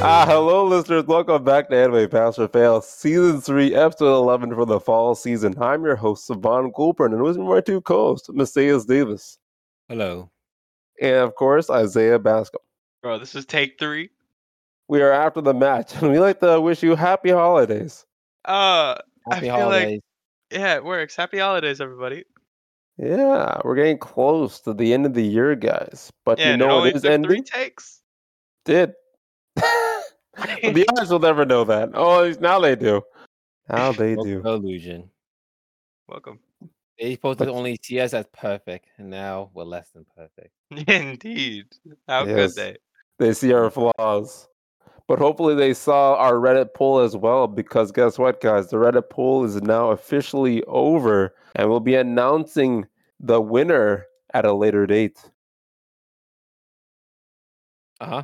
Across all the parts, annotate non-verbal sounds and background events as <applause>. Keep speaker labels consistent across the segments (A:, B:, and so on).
A: Ah, hello, listeners. Welcome back to Anime Pass or Fail, Season 3, Episode 11 for the fall season. I'm your host, Savan Goulburn, and with me, my two co hosts, Messias Davis,
B: Hello.
A: and of course, Isaiah Bascom.
C: Bro, this is take three.
A: We are after the match, and we like to wish you happy holidays.
C: Uh,
B: Happy
C: feel like-
B: holidays.
C: yeah, it works. Happy holidays, everybody.
A: Yeah, we're getting close to the end of the year, guys. But
C: Yeah,
A: you
C: and it
A: know
C: only
A: it is
C: took three
A: ending? <laughs>
C: takes.
A: Did. the audience will never know that. Oh, now they do. Now they
C: Oh,
A: do.
B: Illusion.
C: <laughs> Welcome. <laughs>
B: They supposed
A: But-
B: to only see us as perfect, and now we're less than perfect.
C: Indeed. How
A: Yes.
C: could they?
A: they see our flaws. But hopefully they saw our Reddit poll as well, because guess what, guys? The Reddit poll is now officially over, and we'll be announcing the winner at a later date.
B: Uh huh.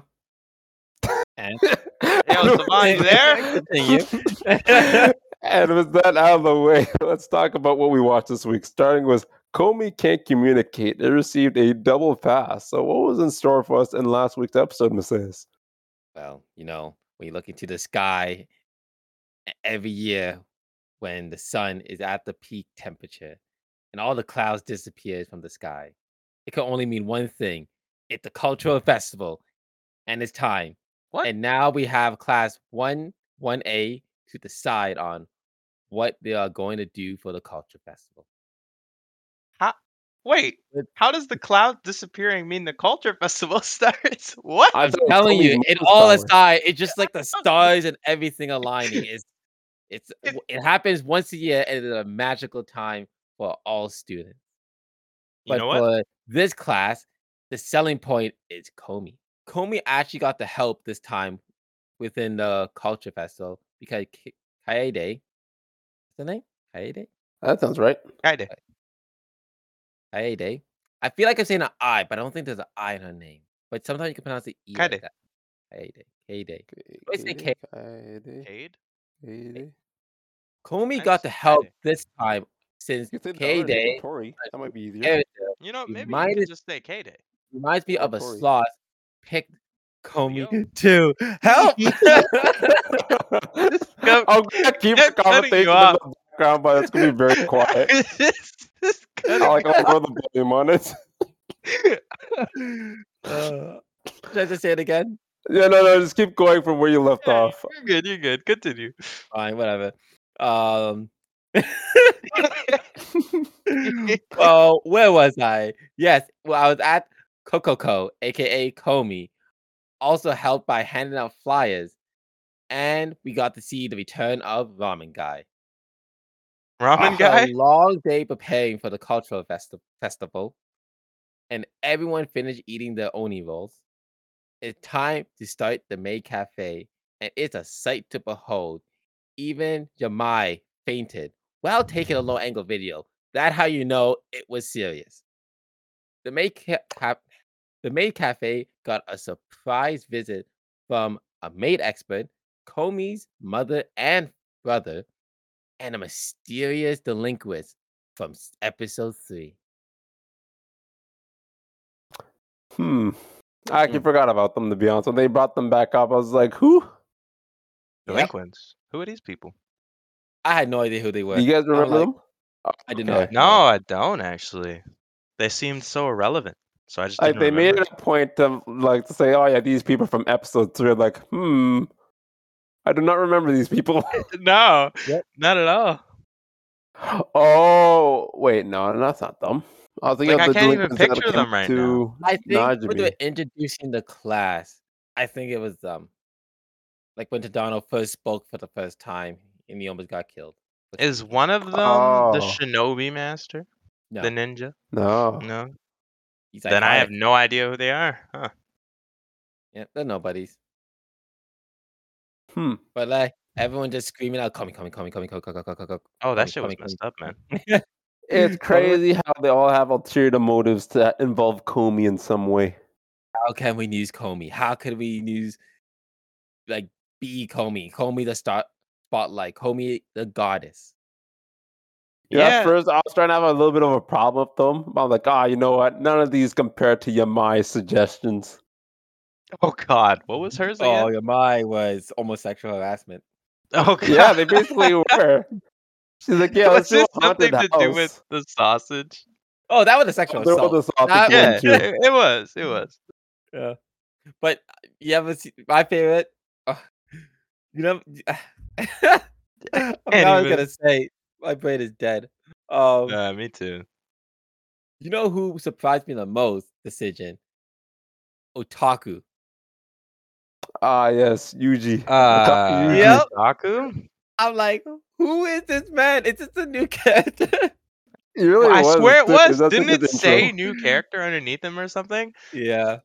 B: And
A: <laughs>
C: Yo, Savant, you there?
B: <laughs> Continue.
A: and with that out of the way, <laughs> let's talk about what we watched this week. Starting with Comey Can't Communicate. It received a double pass. So, what was in store for us in last week's episode, Messias?
B: well, you know, when you look into the sky e- every year when the sun is at the peak temperature and all the clouds disappears from the sky, it can only mean one thing. It's a cultural festival and it's time.
C: What?
B: And now we have class 1 1A to decide on what they are going to do for the culture festival.
C: Wait,
B: It-
C: how does the cloud disappearing mean the culture <laughs> festival starts? What?
A: I'm
B: telling you, it all aside, it's just
C: <laughs>
B: like the stars and everything aligning. It's it's
C: It-
B: it happens once a year and it's a magical time for all students.
C: you
B: But
C: know what?
B: for this class, the selling point is Comey. Comey actually got the help this time within the culture festival because Ki- Kaede, what's the name? Kaede?
A: That sounds right.
C: Kinda.
B: Kaede. I feel like I'm saying an I, but I don't think there's an I in her name. But sometimes you can pronounce the E.
C: Kaede.
B: Like that. Kaede. Kaede. Wait, say K-
C: Cade?
A: Katie.
B: Comey
C: Nice.
B: got the help
C: Kaede.
B: this time since
A: You could say
B: K
A: the other name,
B: Day
A: Tory. That might be easier. <laughs>
B: character
C: You know,
B: You
C: maybe
B: might
C: you could
B: as-
C: just say K Day.
B: reminds me
A: Or
B: of a
A: Tory.
B: sloth picked
C: Yo.
B: Comey <laughs> to
C: <laughs>
B: help.
A: <laughs>
C: go-
A: I'm gonna keep the
C: just cutting you
A: conversation in
C: off.
A: the background, but it's gonna be very quiet.
C: <laughs>
B: <laughs>
C: this, this
A: I
C: could <laughs>
A: like I'll throw the blame on it.
B: uh, should I just say it again?
A: Yeah, no, no, just keep going from where you left
C: Yeah,
A: off.
C: You're good, you're good.
A: <laughs>
C: Continue. <laughs>
B: Fine, whatever. Um,
C: Wait,
B: well, where was I? Yes, well, I was at Cococo, aka Comey, also helped by handing out flyers, and we got to see the return of Ramen Guy.
C: Ramen
B: After
C: guy?
B: a long day preparing for the cultural festi- festival, and everyone finished eating their oni rolls, it's time to start the May Cafe, and it's a sight to behold. Even Jamai fainted while taking a low angle video. That how you know it was serious. The May Ca- Ca- the May Cafe got a surprise visit from a maid expert, Comey's mother and brother, and a mysterious delinquent from s- episode three.
A: <laughs> Hmm. I actually forgot about them to be honest. When they brought them back up, I was like, who?
B: Yep.
C: Delinquents. Who are these people?
B: I had no idea who they were.
A: Do you guys
B: I'm
A: remember
B: like,
A: them? Oh,
B: I did
A: Okay. <laughs>
B: not.
C: No, I don't actually. They seemed so irrelevant. So I just
A: Like
C: didn't
A: they made
C: remember.
A: it a point to like to say, oh yeah, these people from episode three. I'm Like, hmm. I do not remember these people.
C: <laughs> No,
B: Yep.
C: not at all.
A: Oh wait, no, that's not them. I was thinking
C: Like,
A: of
C: I
A: the
C: can't even
A: delinquents that
C: picture
A: came
C: them right now.
A: to
B: I think when they were
A: Najimi.
B: introducing the class, I think it was um, like when Tadano first spoke for the first time, and he almost got killed. Which
C: Is one of them the
A: Oh.
C: shinobi master?
B: no,
C: The ninja?
A: No, Oh,
C: No.
B: he's
C: then I have
B: iconic.
C: no idea who they are. Huh.
B: yeah, they're nobodies.
A: Hmm.
B: But like everyone just screaming out, "Comey, Comey, Comey, Comey, Comey, Comey, Comey, Comey!"
C: Oh,
B: Coming,
C: that shit was
B: coming,
C: messed up, man.
A: it's
C: <laughs>
B: Totally.
A: crazy how they all have ulterior motives that involve Comey in some way.
B: how can we use Comey? How could we use like be Comey? Comey the star spotlight, Comey the goddess.
A: You know,
C: Yeah.
A: At first, I was trying to have a little bit of a problem with them. I'm like, ah, you know what? None of these compare to Yamai's suggestions.
C: Oh God, what was hers
B: Oh,
C: again?
B: yeah, mine was almost sexual harassment.
C: <laughs> Oh, God.
A: Yeah, they
C: <laughs>
A: basically were. She's like, yeah, let's
C: was
A: do a
C: this something
A: haunted
C: to
A: house.
C: do with the sausage?
B: Oh, that was a sexual
A: There
B: assault.
A: was a sausage
B: That-
A: one,
C: Yeah,
A: too.
C: <laughs> it, it was. It was.
B: Yeah. But uh, you ever see my favorite? Uh, <sighs> you know, <laughs> I forgot what I was
C: even.
B: gonna say my brain is dead. Um,
C: Uh, me too.
B: you know who surprised me the most? Decision. Otaku.
A: Ah, yes, Yuji.
B: Uh,
A: Yuji.
B: Yep.
C: Aku?
B: I'm like, who is this man? Is this a new <laughs> character?
A: It really
C: I
A: was.
C: swear it
A: It's a-
C: was.
A: that's a
C: Didn't
A: good
C: it
A: intro.
C: say new character underneath him or something?
B: yeah,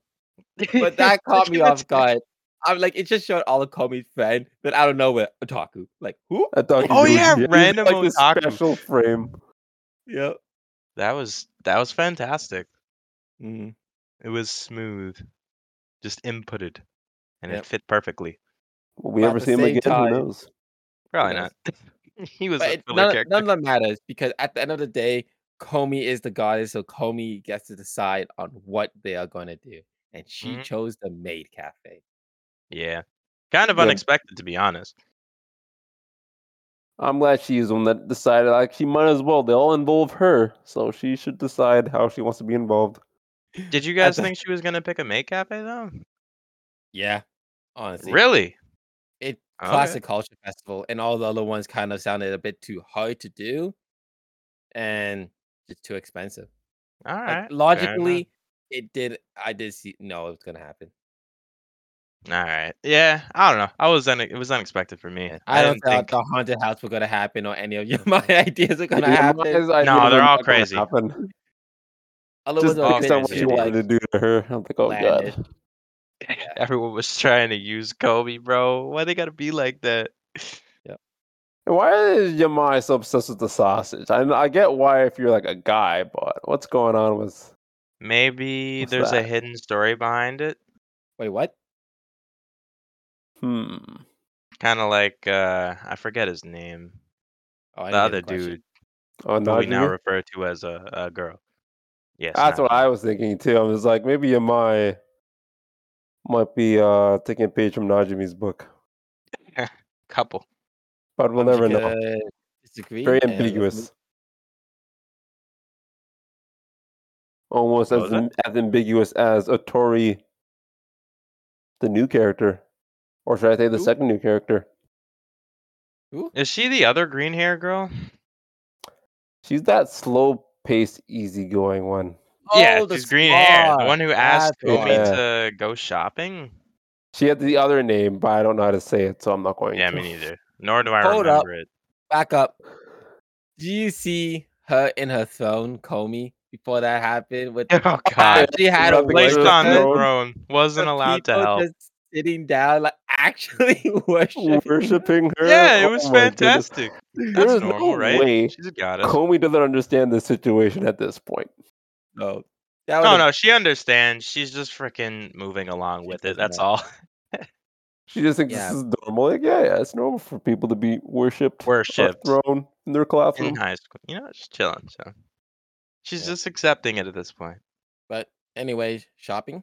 B: <laughs> but that caught me off guard. I'm like, it just showed all of Komi's friend, but out of nowhere, Otaku. Like, who?
A: I thought
C: Oh,
A: Yuji.
C: yeah,
A: It was
C: random
A: like this
C: otaku.
A: special frame.
B: Yep.
C: That was that was fantastic.
B: Mhm.
C: It was smooth, just inputted, and
B: Yep.
C: it fit perfectly.
A: Will we
B: But at
A: ever
B: the
A: see him
B: same
A: again?
B: time-
A: Who knows?
C: Probably
B: knows?
C: not. <laughs> he was
B: But
C: a
B: it,
C: filler
B: none,
C: character.
B: none of that matters because at the end of the day, Comey is the goddess, so Comey gets to decide on what they are going to do. And she
A: Mm-hmm.
C: Mhm.
B: chose the maid cafe.
C: Yeah, kind of
A: Yeah.
C: unexpected to be honest.
A: I'm glad she's the one that decided. Like, she might as well. They all involve her, so she should decide how she wants to be involved.
C: Did you guys
B: the-
C: think she was gonna pick a maid cafe though?
B: Yeah. Honestly.
C: Really?
B: It
C: Okay.
B: classic culture festival and all the other ones kind of sounded a bit too hard to do and just too expensive.
C: All
B: Like,
C: right.
B: logically, it did I did see no it was gonna happen.
C: All right. Yeah. I don't know. I was un- it was unexpected for me.
B: I, don't
C: didn't think.
B: think the haunted house was gonna happen or any of <laughs> your
A: <laughs>
B: my ideas are gonna
A: Yeah,
B: happen.
A: Maya's idea
C: No,
A: was
C: they're all
A: not gonna
C: crazy.
A: happen.
B: Other
A: Just
B: ones are a
C: all
A: based
B: bit
A: on what
C: crazy.
A: she
B: too,
A: wanted
B: like,
A: to do to her. I'm like, oh
B: blandish.
A: god.
C: <laughs> Everyone was trying to use Kobe, bro. Why they gotta be like that?
A: And Why is Yamai so obsessed with the sausage? I I get why if you're like a guy, but what's going on with?
C: Maybe
A: What's
C: there's a
A: that?
C: hidden story behind it,
B: Wait, what?
A: Hmm.
C: kind of like uh I forget his name,
B: Oh,
C: the
B: I didn't hear
C: other
B: question.
C: dude
A: Oh,
C: who we now
A: Najimi?
C: refer to as a, a girl. Yes,
A: That's what I
C: Najimi.
A: was thinking too. I was like, maybe Yamai might be uh, taking a page from Najimi's book,
C: couple.
A: but we'll
B: I'm just
A: never know.
B: gonna
A: <laughs>
B: Disagree.
A: Very
B: and let's
A: ambiguous.
B: move-
A: Almost
C: What
A: as,
C: was that?
A: am- as ambiguous as Otori, the new character. Or should I say the
B: Who?
A: second new character?
B: Ooh,
C: Is she the other green hair girl?
A: She's that slow paced, easygoing one.
C: yeah,
B: oh, the
C: she's green hair. The
B: scar.
C: one who asked
B: That's
C: Kobe
A: Yeah.
C: to go shopping.
A: She had the other name, but I don't know how to say it, so I'm not going
C: Yeah,
A: to. <laughs>
C: me neither. Nor do I
B: Hold up.
C: remember it.
B: <laughs> back up. Do you see her in her throne, Comey, before that happened? With
C: Oh
B: Ah,
C: <laughs> God!
B: she had a
A: Rubbing
C: Placed
A: Like,
C: on the
A: uh,
C: throne, wasn't allowed to help.
B: Just sitting down, like <laughs> actually worship.
A: Worshipping her?
C: Yeah, it
A: Oh
C: was
A: my goodness.
C: fantastic.
A: There
C: That's
A: is
C: normal,
A: no
C: right?
A: way
C: She's a goddess.
A: Comey doesn't understand the situation at this point.
B: No, that
C: No,
B: would've-
C: no, she understands. She's just freaking moving along
B: She
C: with it.
B: doesn't
C: That's
B: know.
C: all. <laughs>
A: She just thinks
B: Yeah.
A: this is normal. Like, yeah, yeah, it's normal for people to be worshipped, or
C: Worshipped.
A: thrown in their classroom.
C: in high school. You know, just chilling. So she's
B: Mm-hmm. Yeah.
C: just accepting it at this point.
B: But anyway, shopping.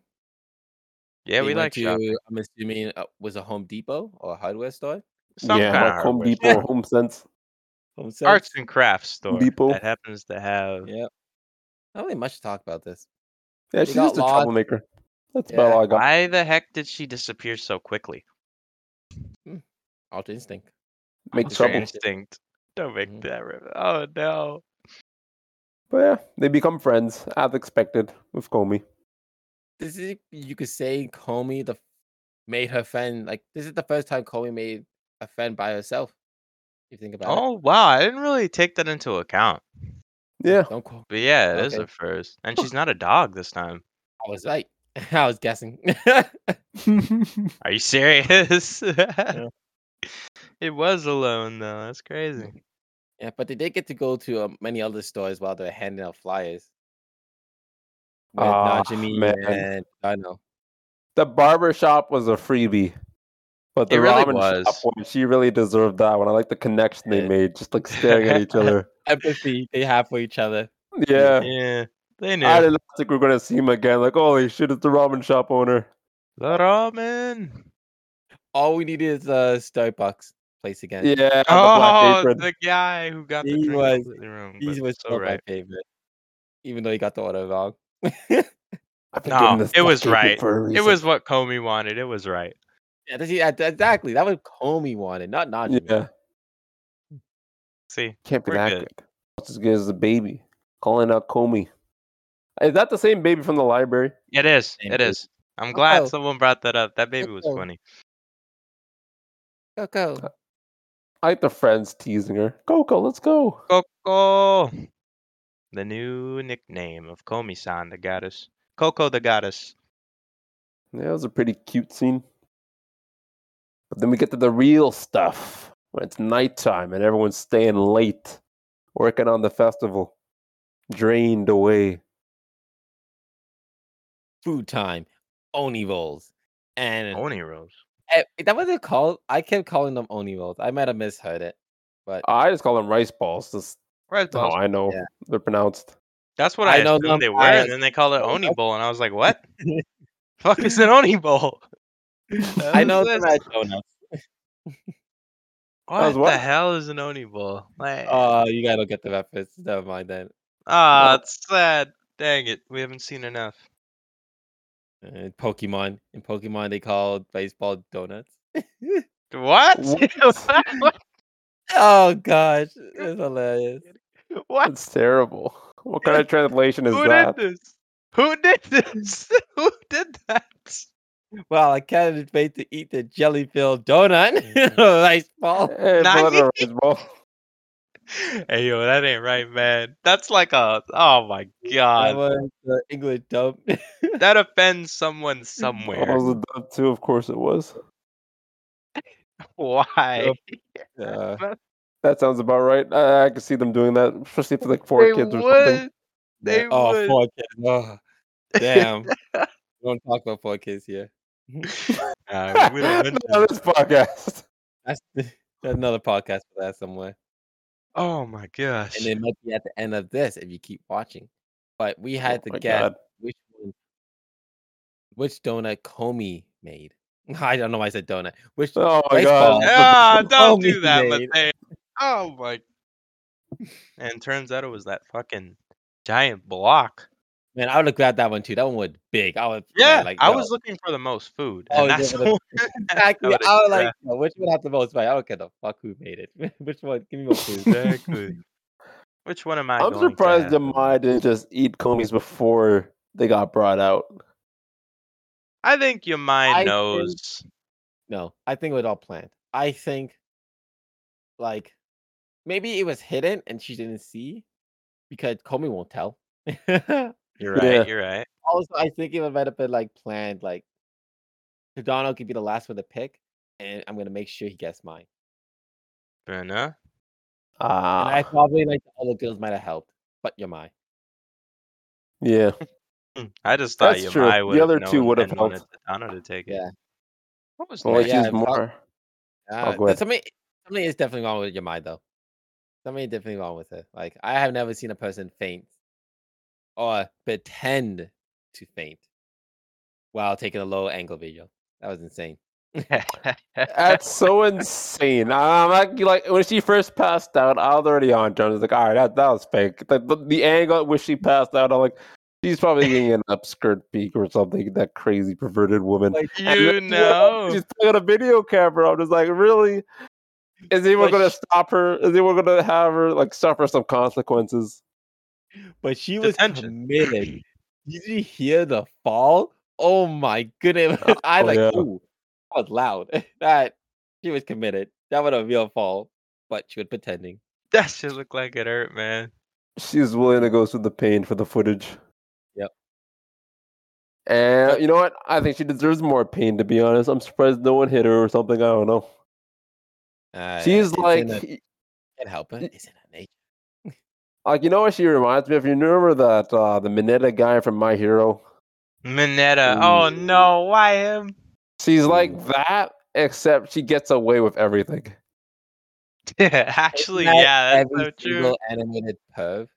C: Yeah,
B: They
C: we
B: went
C: like
B: to.
C: shopping.
B: I'm assuming uh, was a Home Depot or a hardware store.
C: Some
A: yeah,
C: kind
A: like
C: of
A: Home
C: hardware
A: Depot,
C: <laughs> store.
A: Home Sense.
B: Home
C: arts
B: Sense?
C: and crafts store
A: Depot.
C: that happens to have.
B: Yeah. Not really much to talk about this.
A: Yeah,
B: They
A: she's
B: got
A: just a
B: lost.
A: troublemaker. That's about
B: Yeah.
A: all I got.
C: Why the heck did she disappear so quickly?
B: Ultra Instinct.
A: Make
C: It's your
A: trouble.
B: strange.
C: instinct. Don't make
B: Mhm.
C: that. Re- oh no.
A: But yeah, they become friends as expected with Comey.
B: This is you could say Comey the made her friend like this is the first time Comey made a friend by herself. If you think about
C: Oh wow, I didn't really take that into account.
A: Yeah,
B: <laughs> it. Don't quote.
C: But yeah, it is
B: Okay.
C: a first, and she's not a dog this time.
B: I was right. <laughs> I was guessing. <laughs>
C: Are you <laughs> serious? It was alone though. That's crazy.
B: yeah, but they did get to go to um, many other stores while they're handing out flyers. With
A: Ah,
B: Najimi
A: man.
B: and Dino.
A: the barber shop was a freebie, but the
C: It really
A: ramen shop
C: was.
A: one, she really deserved that one. I like the connection they
B: Yeah.
A: made, just like staring at each
C: <laughs>
A: other.
B: Empathy they have for each other.
A: Yeah,
C: Yeah, they knew.
A: oh, I did not think we were gonna see him again. Like, holy shit, it's the ramen shop owner.
C: The ramen.
B: All we need is a Starbucks place again.
A: Yeah. the black
C: Oh,
A: apron.
C: the guy who got the
B: He
C: drink
B: was-
C: completely wrong.
B: he
C: but
B: was
C: it's
B: still
C: alright.
B: my favorite, even though he got the order wrong.
A: I've been doing
C: No,
A: this
C: it was
A: black apron
C: right.
A: for a
C: It
A: reason.
C: was what Comey wanted. It was right.
B: Yeah, that's, yeah, that- exactly. That was Comey wanted, not Najee.
A: Yeah.
C: See,
A: Can't be
C: We're
A: that
C: good.
A: good. It's as good as the baby. Calling out Comey. Is that the same baby from the library?
C: it is.
B: Same
C: It
B: dude.
C: is. I'm glad
B: Oh.
C: someone brought that up. That baby was
B: Oh.
C: funny.
B: Coco.
A: I like the friends teasing her. Coco, let's go.
C: Coco, the new nickname of Komi-san, the goddess. Coco, the goddess.
A: Yeah, it was a pretty cute scene. But then we get to the real stuff when it's nighttime and everyone's staying late, working on the festival, drained away.
B: Food time. Oni rolls. And
C: Oni Rose.
B: eh, that was it called. I kept calling them Oni rolls. I might have misheard it. But
A: I just call them rice balls. That's
C: Rice
A: how
C: balls.
A: Oh, I know
B: Yeah.
A: they're pronounced.
C: That's what
B: Oh, I
C: I,
B: know them
C: assumed they were,
B: as
C: and then they called it Oni
B: Oni <laughs> Bowl.
C: Bowl, and I was like, what? Fuck is an Oni
B: <laughs>
C: Bowl?
B: I know
C: What,
B: they're
C: is
B: not
C: this?
B: donuts.
A: was
C: what the
A: what?
C: hell is an Oni Bowl? Like,
B: Oh, you guys don't get the reference. Never mind then.
C: ah,
A: well-
C: it's sad. Dang it, we haven't seen enough.
B: Uh, Pokemon. In Pokemon, they called baseball donuts.
C: What?
A: What?
C: <laughs> What?
B: Oh, gosh. It's hilarious.
C: <laughs> what?
A: That's terrible. What kind of translation is
C: Who
A: that?
C: did this? Who did this? <laughs> Who did that?
B: Wow, I can't wait to eat the jelly filled
C: <laughs>
B: donut. <laughs> rice ball.
A: <laughs> Hey,
C: Nagi?
A: brother, rice ball.
C: Hey yo, that ain't right, man. That's like a oh my
B: That
C: god.
B: was the English dub.
C: That offends someone
A: That
C: somewhere.
A: was a dub too, of course it was.
C: <laughs> Why?
B: <laughs> Uh,
A: That sounds about right. I, I could see them doing that, especially for like four
C: They
A: kids or something.
C: would. They
B: yeah. Oh,
C: would.
B: four kids. Oh, damn.
C: <laughs>
B: We don't talk about four kids here.
C: Nah,
A: <laughs>
C: we don't mention
A: Not on
C: it.
A: this podcast.
B: That's, that's another podcast for that somewhere.
C: oh my gosh. <laughs>
B: And it might be at the end of this if you keep watching. But we had
A: Oh
B: to
A: my
B: guess
A: God.
B: which one, which donut Comey made. <laughs> I don't know why I said donut.
C: <laughs>
B: Which
A: Oh my
B: Rice
A: god.
B: balls.
A: <laughs>
C: Ah, don't
B: Homie
C: do that,
B: made.
C: Mateo. Oh my. And turns out it was that fucking giant block.
B: man, I would have grabbed that one too. That one was big. I was
C: Yeah,
B: like
C: I
B: yo,
C: was looking for the most food.
B: Oh,
C: And
B: yeah,
C: that's
B: the-
C: what-
B: <laughs> exactly. I
C: would've
B: was like,
C: grabbed-
B: yo, which one had the most? Right? I don't care the fuck who made it. <laughs> which one? Give me more
C: <laughs> <laughs>
B: clues.
C: exactly. Which one am I?
A: I'm
C: going to
A: surprised
C: have?
A: Demai didn't just eat Comey's before they got brought out.
C: I think your mind
B: I think-
C: knows.
B: No, I think it was all planned. I think, like, maybe it was hidden and she didn't see because Comey won't tell. <laughs> also,
C: You're right.
A: Yeah.
C: You're right.
B: I think it might have been like planned, like, Donald could be the last one to pick, and I'm gonna make sure he gets mine.
C: Fair enough.
B: And I
A: Ah,
B: probably like the other girls might have helped, but you're mine. <laughs>
A: yeah.
C: Hmm, I just thought
A: That's
C: your
A: true.
C: mind
A: The
C: would've
A: other two
C: known
A: would've
C: and wanted
A: helped.
C: Tano to take it.
B: Yeah.
C: What was
A: Well,
C: next?
A: I
B: yeah,
A: choose
B: prob-
A: more.
B: Uh,
A: go
B: th-
A: ahead.
B: Something, something is definitely wrong with your mind, though. Something definitely wrong with her. Like I have never seen a person faint or pretend to faint while taking a low angle video. That was insane.
A: That's so insane. I'm like, like when she first passed out, I was already on Jones. Like, all right, that, that was fake. The, the, the angle at which she passed out, I'm like, she's probably getting an upskirt peek or something. That crazy perverted woman.
B: Like, oh.
A: And
C: you
A: then, <laughs>
C: know.
A: she's got a video camera. I'm just like, really? Is anyone
B: But
A: going to
B: sh-
A: stop her? Is anyone going to have her like suffer some consequences?
B: But she was
C: Detention.
B: committed. Did you hear the fall? Oh my goodness! <laughs> I
A: Oh,
B: like
A: yeah.
B: ooh, that was loud. <laughs> that she was committed. That was a real fall, but she was pretending.
C: that shit looked like it hurt, man.
A: She's willing to go through the pain for the footage.
B: Yep.
A: And you know what? I think she deserves more pain. To be honest, I'm surprised no one hit her or something. I don't know.
B: Uh,
A: She's
B: it's in
A: like,
B: her- can't help it.
A: y-
B: It's in her nature.
A: like you know what? She reminds me. If you remember that uh, the Mineta guy from My Hero,
C: Minetta. Oh
A: Ooh.
C: no, why him? <laughs>
A: she's like
B: Ooh.
A: that, except she gets away with everything.
C: Actually,
B: Isn't that
C: yeah, that's
B: every
C: so true.
B: single animated perv.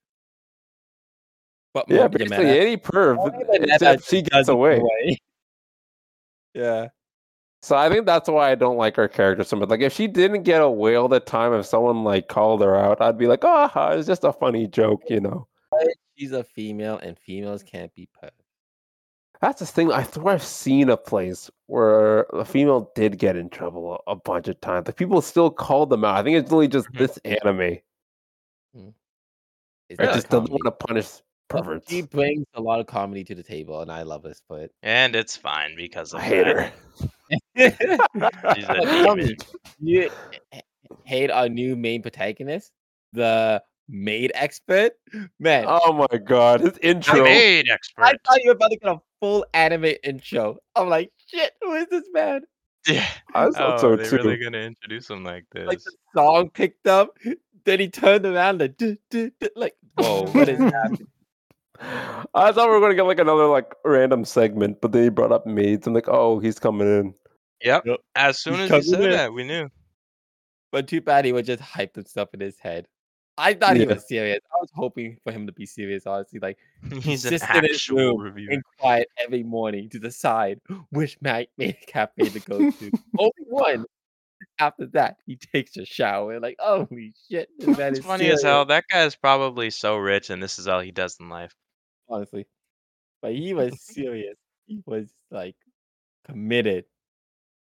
B: But
A: Yeah,
B: more
A: basically
B: dramatic.
A: any perv,
B: Only Mineta
A: except she gets
B: doesn't
A: away.
B: way. <laughs> Yeah.
A: So I think that's why I don't like her character so much. Like if she didn't get a whale the time, if someone like called her out, I'd be like, ah, oh, it's just a funny joke, you know.
B: She's a female, and females can't be perfect.
A: That's the thing. I swear I've seen a place where a female did get in trouble a, a bunch of times. Like people still called them out. I think it's really just
C: Mhm.
A: this anime.
B: It's
A: I
B: not a
A: just doesn't
B: comedy.
A: want to punish
B: But
A: perverts.
B: She brings a lot of comedy to the table, and I love this.
A: <laughs>
B: But
C: And it's fine because of
A: I hate
C: that.
A: her. <laughs>
C: She's a
B: Tell me,
C: demon.
B: you h- hate our new main protagonist, the maid expert. Man,
A: Oh my god, his intro.
C: Maid
B: I
C: expert.
B: thought you were about to get a full anime intro. I'm like, shit, who is this man?
C: Yeah.
A: I
C: Oh,
A: thought so
C: they're
A: too.
C: really gonna introduce him like this.
B: Like the song picked up, then he turned around like, "Duh, duh, duh," like whoa, <laughs> what is happening?
A: I thought we were gonna get like another like random segment, but then he brought up maids. I'm like, oh, he's coming in.
C: Yep.
B: Yep.
C: As soon as
B: covered
C: he said
B: it.
C: that, we knew. <laughs>
B: But too bad he would just hype himself in his head. I thought he
A: Yeah.
B: was serious. I was hoping for him to be serious, honestly. Like
C: He's an
B: Just in his
C: actual
B: room
C: reviewer.
B: and quiet every morning to decide which <laughs> Mac made cafe to go to. Only one. <laughs> After that, he takes a shower. Like, holy shit, this
C: <laughs>
B: man
C: It's
B: is
C: funny
B: serious,
C: as hell. That guy is probably so rich, and this is all he does in life.
B: Honestly,
C: <laughs>
B: but he was serious. He was like committed.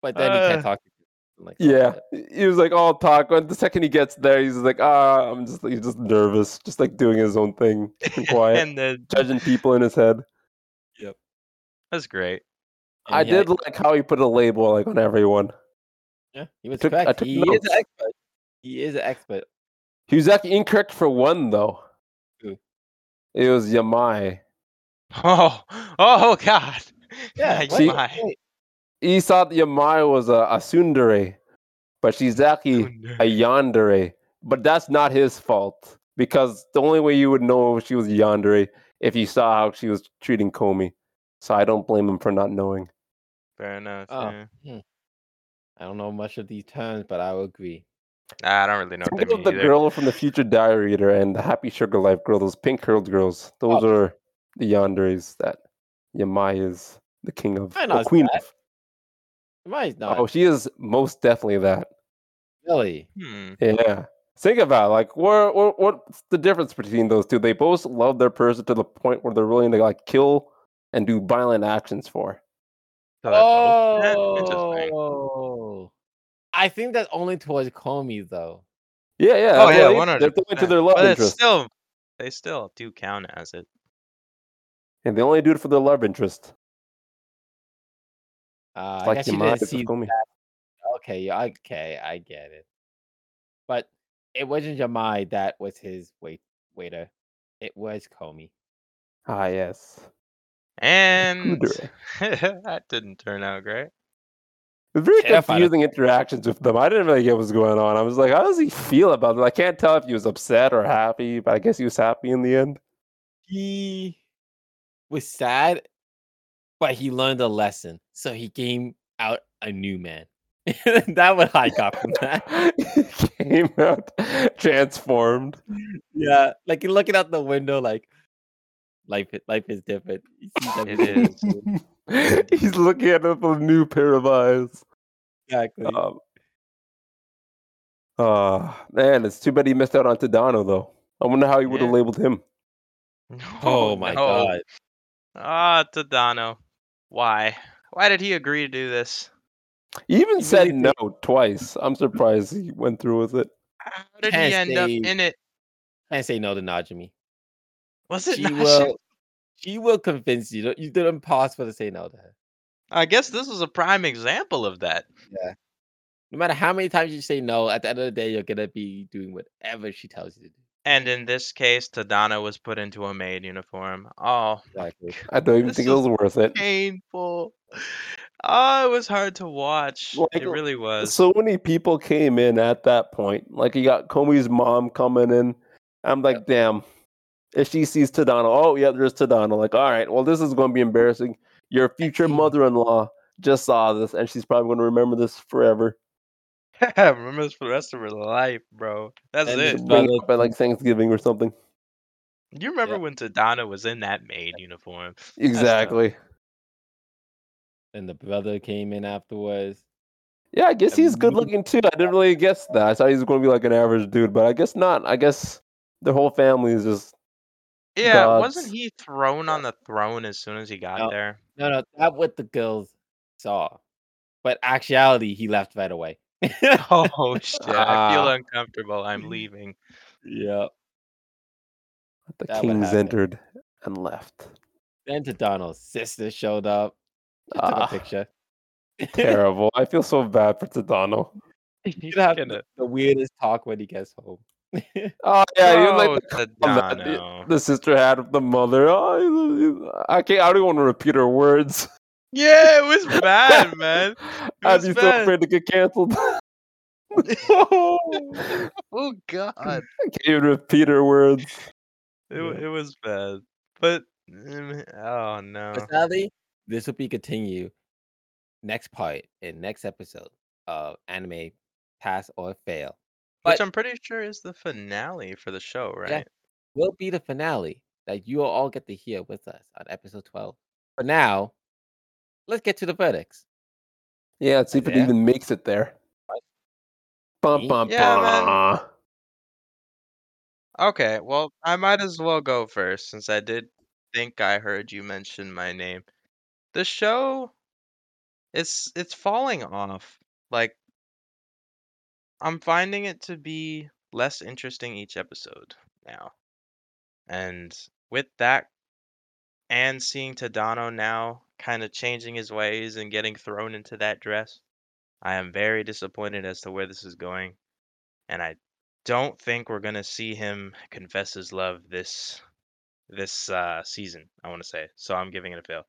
B: But then he
C: Uh,
B: can't talk. To people, like, oh,
A: Yeah,
B: shit.
A: he was like all talk. When the second he gets there, he's like, ah, I'm just he's just nervous, just like doing his own thing,
B: <laughs>
A: keeping quiet,
C: And then
A: judging people in his head.
C: that's great. <laughs>
B: And
A: I
B: he had-
A: did like how he put a label like on everyone.
B: yeah, he was
A: took- I
B: correct.
A: took
B: He is
A: notes.
B: an expert. He is an expert.
A: He was actually incorrect for one though.
B: Who?
A: It was Yamai.
C: Oh, oh God. <laughs>
B: Yeah,
A: See-
C: my.
A: He thought Yamai was a, a tsundere, but she's actually a yandere. But that's not his fault because the only way you would know if she was a yandere if you saw how she was treating Komi. So I don't blame him for not knowing.
C: Fair enough.
B: Oh.
C: yeah.
B: I don't know much of these terms, but I will agree.
C: Nah, I don't really know what
A: Think
C: they
A: of
C: mean
A: the
C: either.
A: girl from the Future Diary Reader and the Happy Sugar Life girl, those pink curled girls. Those are the yanderes that Yamai is the king of,
B: Mine
A: the
B: was
A: queen
B: that.
A: of.
B: Mine's not
A: Oh, she is most definitely that.
B: really.
C: Hmm.
A: Yeah. Think about it, like what what what's the difference between those two? They both love their person to the point where they're willing to like kill and do violent actions for.
C: So they're both that? Eh, Interesting.
B: Oh. I think that's only towards Comey though.
A: Yeah, yeah.
C: Oh
A: that's
C: yeah,
A: what I-
C: one
A: They're
C: hundred.
A: doing it to their love
C: But it's
A: interest,
C: still, they still do count as it.
A: and they only do it for their love interest.
B: Uh,
A: It's
B: I
A: like
B: guess you
A: Yamai
B: didn't
A: is
B: see.
A: Komi.
B: Okay, yeah, okay, I get it. But it wasn't Jamai that was his wait waiter. It was Comey.
A: Ah, yes.
B: Hmm.
C: And <laughs> that didn't turn out great.
A: It's very
B: Terrified of-
A: confusing interactions with them. I didn't really get what was going on. I was like, how does he feel about it? I can't tell if he was upset or happy, but I guess he was happy in the end. <laughs>
B: He was sad, but he learned a lesson, so he came out a new man. <laughs> that what I
C: <laughs>
B: got from that.
A: he came out transformed.
B: Yeah, like you're looking out the window, like life. i- Life is different. You see that
C: It
B: video,
A: <laughs>
C: is.
A: He's looking at it with a new pair of eyes.
B: exactly.
A: Um, uh, man, it's too bad he missed out on Tadano, though. I wonder how he would have
C: Yeah.
A: labeled him.
C: Mm-hmm.
B: oh my god!
C: Ah, Tadano. Why? Why did he agree to do this?
A: He even
B: He
A: said
B: really
A: no twice. I'm surprised he went through with it.
C: How did
B: Can't
C: he end up
B: say-
C: in it?
B: Can't say no to Najimi.
C: Was it
B: She
C: not-
B: will. She will convince you. Don't- You didn't pause for to say no to her.
C: <laughs> I guess this was a prime example of that.
B: No matter how many times you say no, at the end of the day, you're gonna be doing whatever she tells you to do.
C: And in this case, Tadano was put into a maid uniform. Oh,
B: Exactly.
A: I don't even
C: This
A: think it
C: is
A: was worth it.
C: painful. Oh, it was hard to watch.
A: Like,
C: it really <laughs> was.
A: So many people came in at that point. Like you got Comey's mom coming in. I'm like, damn. If she sees Tadano, oh yeah, there's Tadano. Like, all right, well, this is going to be embarrassing. Your future mother-in-law just saw this, and she's probably going to remember this forever.
C: Remember this for the rest of her life, bro. That's
B: And
C: it.
A: She'll Bring
B: brother-
A: it up at like Thanksgiving or something.
C: You remember
B: Yep.
C: when Tadano was in that maid uniform?
A: Exactly.
B: and the brother came in afterwards.
A: Yeah, I guess he's good
B: Amazing.
A: looking too. I didn't really guess that. I thought he was going to be like an average dude, but I guess not. I guess the whole family is just
C: Yeah,
A: Gods.
C: wasn't he thrown on the throne as soon as he got
A: <laughs>
B: No.
C: there?
B: No, no, that what the girls saw, but actuality he left right away. yeah.
C: Oh shit! I feel
A: Ah. <laughs>
C: uncomfortable. I'm leaving.
A: the
B: That would
A: kings
B: happen.
A: entered and left.
B: Then to Donald's sister showed up. She took
A: Ah.
B: a picture.
A: Terrible. I feel so bad for Tadano.
B: You'd have
C: Gonna-
B: the, the weirdest talk when he gets home. <laughs>
A: Oh yeah, he was like
C: Oh,
A: that-
C: Sedano.
A: the sister had of the mother. Oh, he's- he's- I can't. I don't even want to repeat her words.
C: Yeah, it was
A: <laughs>
C: bad, man.
A: I'd
C: was
A: be so
C: bad.
A: afraid to get
C: <laughs>
A: canceled. <laughs> I can't
C: Oh god,
A: even repeat her words.
C: <laughs> it, wa- it was bad. But mm, oh no,
B: But sadly, this will be continue next part in next episode of anime pass or fail.
C: which
B: but-
C: I'm pretty sure is the finale for the show, right?
B: Will be the finale that you will all get to hear with us on episode 12. For now, let's get to the verdicts.
A: Yeah, let's see if it
B: Yeah.
A: even makes it there. Bum, bum,
C: Yeah, man.
A: bum.
C: Okay, well, I might as well go first since I did think I heard you mention my name. The show it's it's falling off. Like I'm finding it to be less interesting each episode now. And with that and seeing Tadano now kind of changing his ways and getting thrown into that dress, I am very disappointed as to where this is going. And I don't think we're gonna see him confess his love this this uh season, I wanna say. So I'm giving it a fail.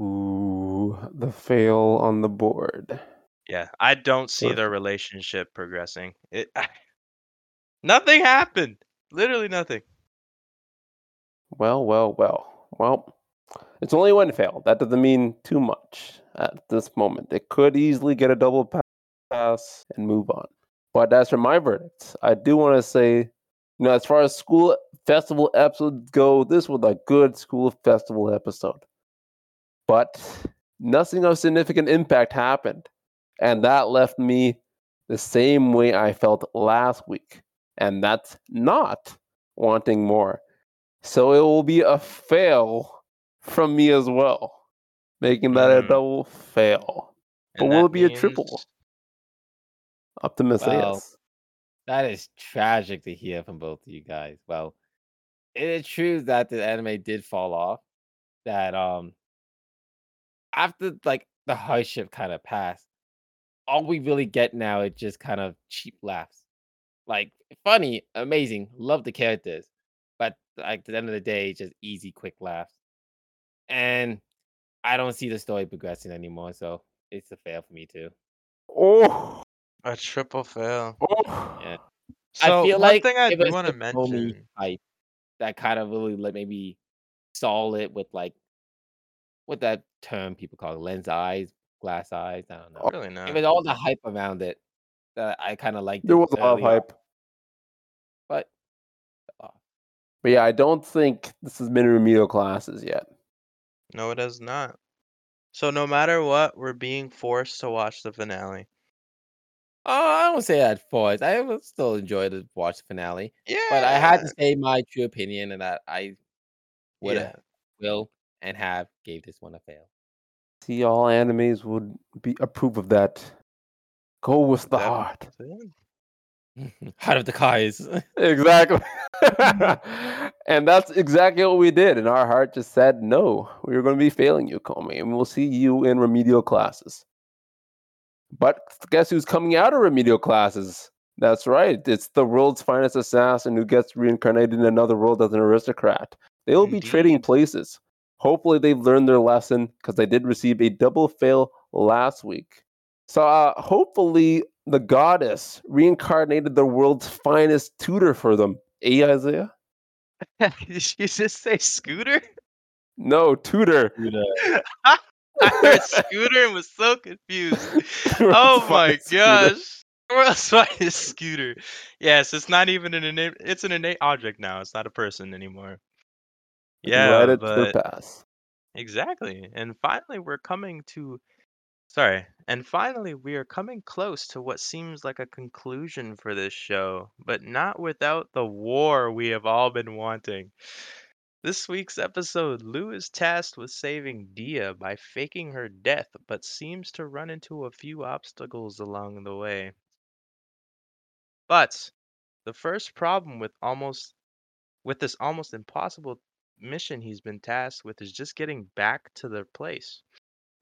A: Ooh, the fail on the board.
C: Yeah. I don't see their relationship progressing. It <laughs> nothing happened. Literally nothing.
A: Well, well, well. Well, it's only one fail. That doesn't mean too much at this moment. It could easily get a double pa- pass and move on. But as for my verdict, I do want to say, you know, as far as school festival episodes go, this was a good school festival episode. But nothing of significant impact happened. And that left me the same way I felt last week. And that's not wanting more. So it will be a fail from me as well, making that a
C: Mm.
A: double fail. But
C: and
A: will
C: that
A: it be a triple?
C: means-
A: Optimus
B: Wow.
A: AS.
B: That is tragic to hear from both of you guys. Well, it is true that the anime did fall off. That um after like the hardship kind of passed, all we really get now is just kind of cheap laughs. Like funny, amazing, love the characters, but like at the end of the day, just easy, quick laughs. And I don't see the story progressing anymore, so it's a fail for me too.
A: Oh,
C: A triple fail.
A: oh.
B: Yeah.
C: So
B: I feel
C: one
B: like
C: thing I
B: if
C: do
B: it's
C: want to
B: the Tommy
C: mention
B: hype, that kind of really like maybe solve it with like what that term people call it, lens eyes, glass eyes. I don't know.
C: really not.
B: It was all the hype around it that I kind of liked.
A: There
B: it
A: was a lot of
B: early on,
A: hype.
B: but
A: But yeah, I don't think this has been in remedial classes yet.
C: No, it has not. So no matter what, we're being forced to watch the finale.
B: oh, I don't say that for it. I will still enjoy to watch the finale,
C: Yeah.
B: but I had to say my true opinion and that I would
C: yeah.
B: will and have gave this one a fail. <laughs>
A: See, all animes would be approve of that. Go with the
C: That-
A: heart.
B: Heart of the Kais.
A: Exactly. <laughs> and that's exactly what we did. And our heart just said, no, we were going to be failing you, Comey, and we'll see you in remedial classes. But guess who's coming out of remedial classes? That's right. It's the world's finest assassin who gets reincarnated in another world as an aristocrat. They will be trading places. Hopefully, they've learned their lesson because they did receive a double fail last week. So, uh, hopefully, the goddess reincarnated the world's finest tutor for them. Eh, Isaiah?
C: <laughs> Did you just say scooter?
A: No, tutor. <laughs>
C: I heard scooter and was so confused.
A: World's
C: oh my
A: finest tutor.
C: gosh. <laughs> World's finest scooter. Yes, it's not even an innate it's an innate object now. It's not a person anymore. Yeah,
A: Let it to
C: but
A: the pass.
C: Exactly. And finally, we're coming to. Sorry. And finally, we are coming close to what seems like a conclusion for this show, but not without the war we have all been wanting. This week's episode, Lou is tasked with saving Dia by faking her death, but seems to run into a few obstacles along the way. But the first problem with almost with this almost impossible mission he's been tasked with is just getting back to their place.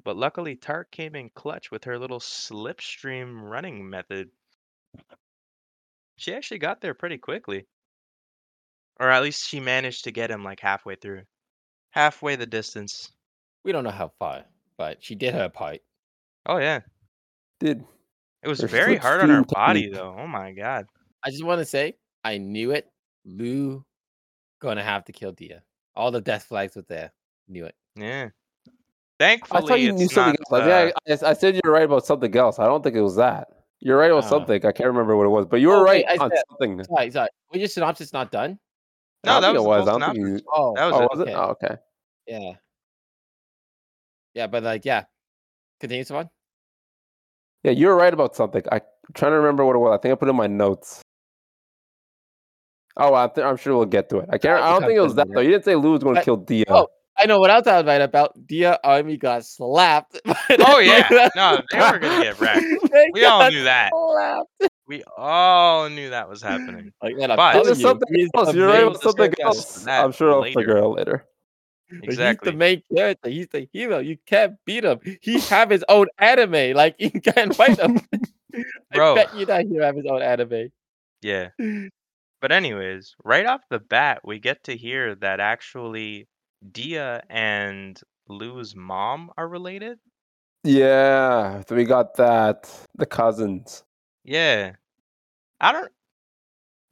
C: But luckily, Tart came in clutch with her little slipstream running method. She actually got there pretty quickly. Or at least she managed to get him like halfway through. Halfway the distance.
B: We don't know how far, but she did her part.
C: Oh, yeah.
A: Did
C: It was
A: Her
C: very hard on her
A: slipstream
C: body,
A: technique.
C: though. Oh, my God.
B: I just want to say, I knew it. Lou gonna have to kill Dia. All the death flags were there. Knew it.
C: Yeah.
A: I
C: Thankfully,
A: thought you
C: it's
A: knew something
C: not,
A: else. I, think
C: uh,
A: I, I- I said you were right about something else. I don't think it was that. You're right about
B: Oh.
A: something. I can't remember what it was, but you were
B: Oh,
A: right
B: wait, I
A: on
B: said-
A: something.
B: Sorry, sorry. Was your synopsis not done?
A: I
C: No,
A: don't
C: that
A: think it
C: was the
A: was.
C: full
A: I don't think
C: synopsis.
A: you.
B: Oh,
C: That was
A: Oh,
C: it.
A: was it?
B: okay.
A: Oh, okay.
B: Yeah. Yeah, but like, yeah. Continue, Savon.
A: Yeah, you were right about something. I trying to remember what it was. I think I put it in my notes. Oh, I think I'm sure we'll get to it. I can't.
B: I
A: I don't
B: think
A: think
B: I
A: it was
B: said
A: that
B: that.
A: though. You didn't say Lou was going to
B: But-
A: kill Dia.
B: oh. I know what else I was right about. Dia Army got slapped. <laughs> by the
A: <laughs>
C: Oh, yeah.
B: US.
C: No, they were going to get wrecked.
B: <laughs> They
C: We all
B: got
C: knew that.
B: slapped.
C: We all knew that was
B: <laughs>
C: happening.
B: Like, man, I'm
A: There
C: But-
B: telling
A: was
B: you,
A: something
B: he's <laughs>
A: else.
B: the
A: You're right
B: main-
C: We'll
A: about something
C: discuss
A: else.
C: that
A: I'm sure I'll
C: later.
A: figure it out later.
C: Exactly.
B: He's the main character. He's the hero. You can't beat him. He have his own anime. Like <laughs> you can't fight him. <laughs> I
C: Bro.
B: bet you that he have his own anime. <laughs>
C: Yeah. But anyways, right off the bat, we get to hear that actually Dia and Lou's mom are related.
A: Yeah, we got that. The cousins.
C: Yeah. I don't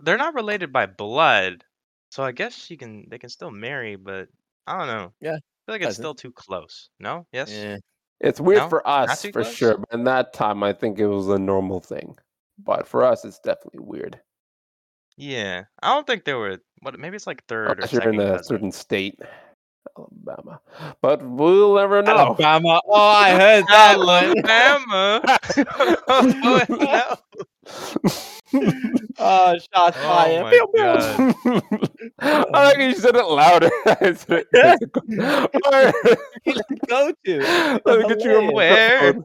C: they're not related by blood. So I guess she can they can still marry, but I don't know.
B: Yeah,
C: I feel like it's
B: cousins.
C: still too close. No? Yes?
B: Yeah.
A: It's weird
C: No?
A: for us
C: too
A: for
C: close?
A: sure. But in that time, I think it was a normal thing. But for us, it's definitely weird.
C: Yeah. I don't think they were what maybe it's like third or
A: Unless you're in
C: second
B: uh,
A: a
C: cousin.
A: certain state, Alabama. But we'll never know.
B: Alabama. Oh,
C: <laughs>
B: I heard that one.
C: Ah,
B: <laughs>
C: Alabama. <laughs> oh, no.
B: Oh, shots
C: Oh
B: fired.
C: my
B: Pew, pew.
C: God.
A: <laughs> I like you said it louder. <laughs> I said
C: <laughs>
A: it-
B: <laughs> Go to.
A: Let me get you a
C: Where? <laughs>
A: microphone.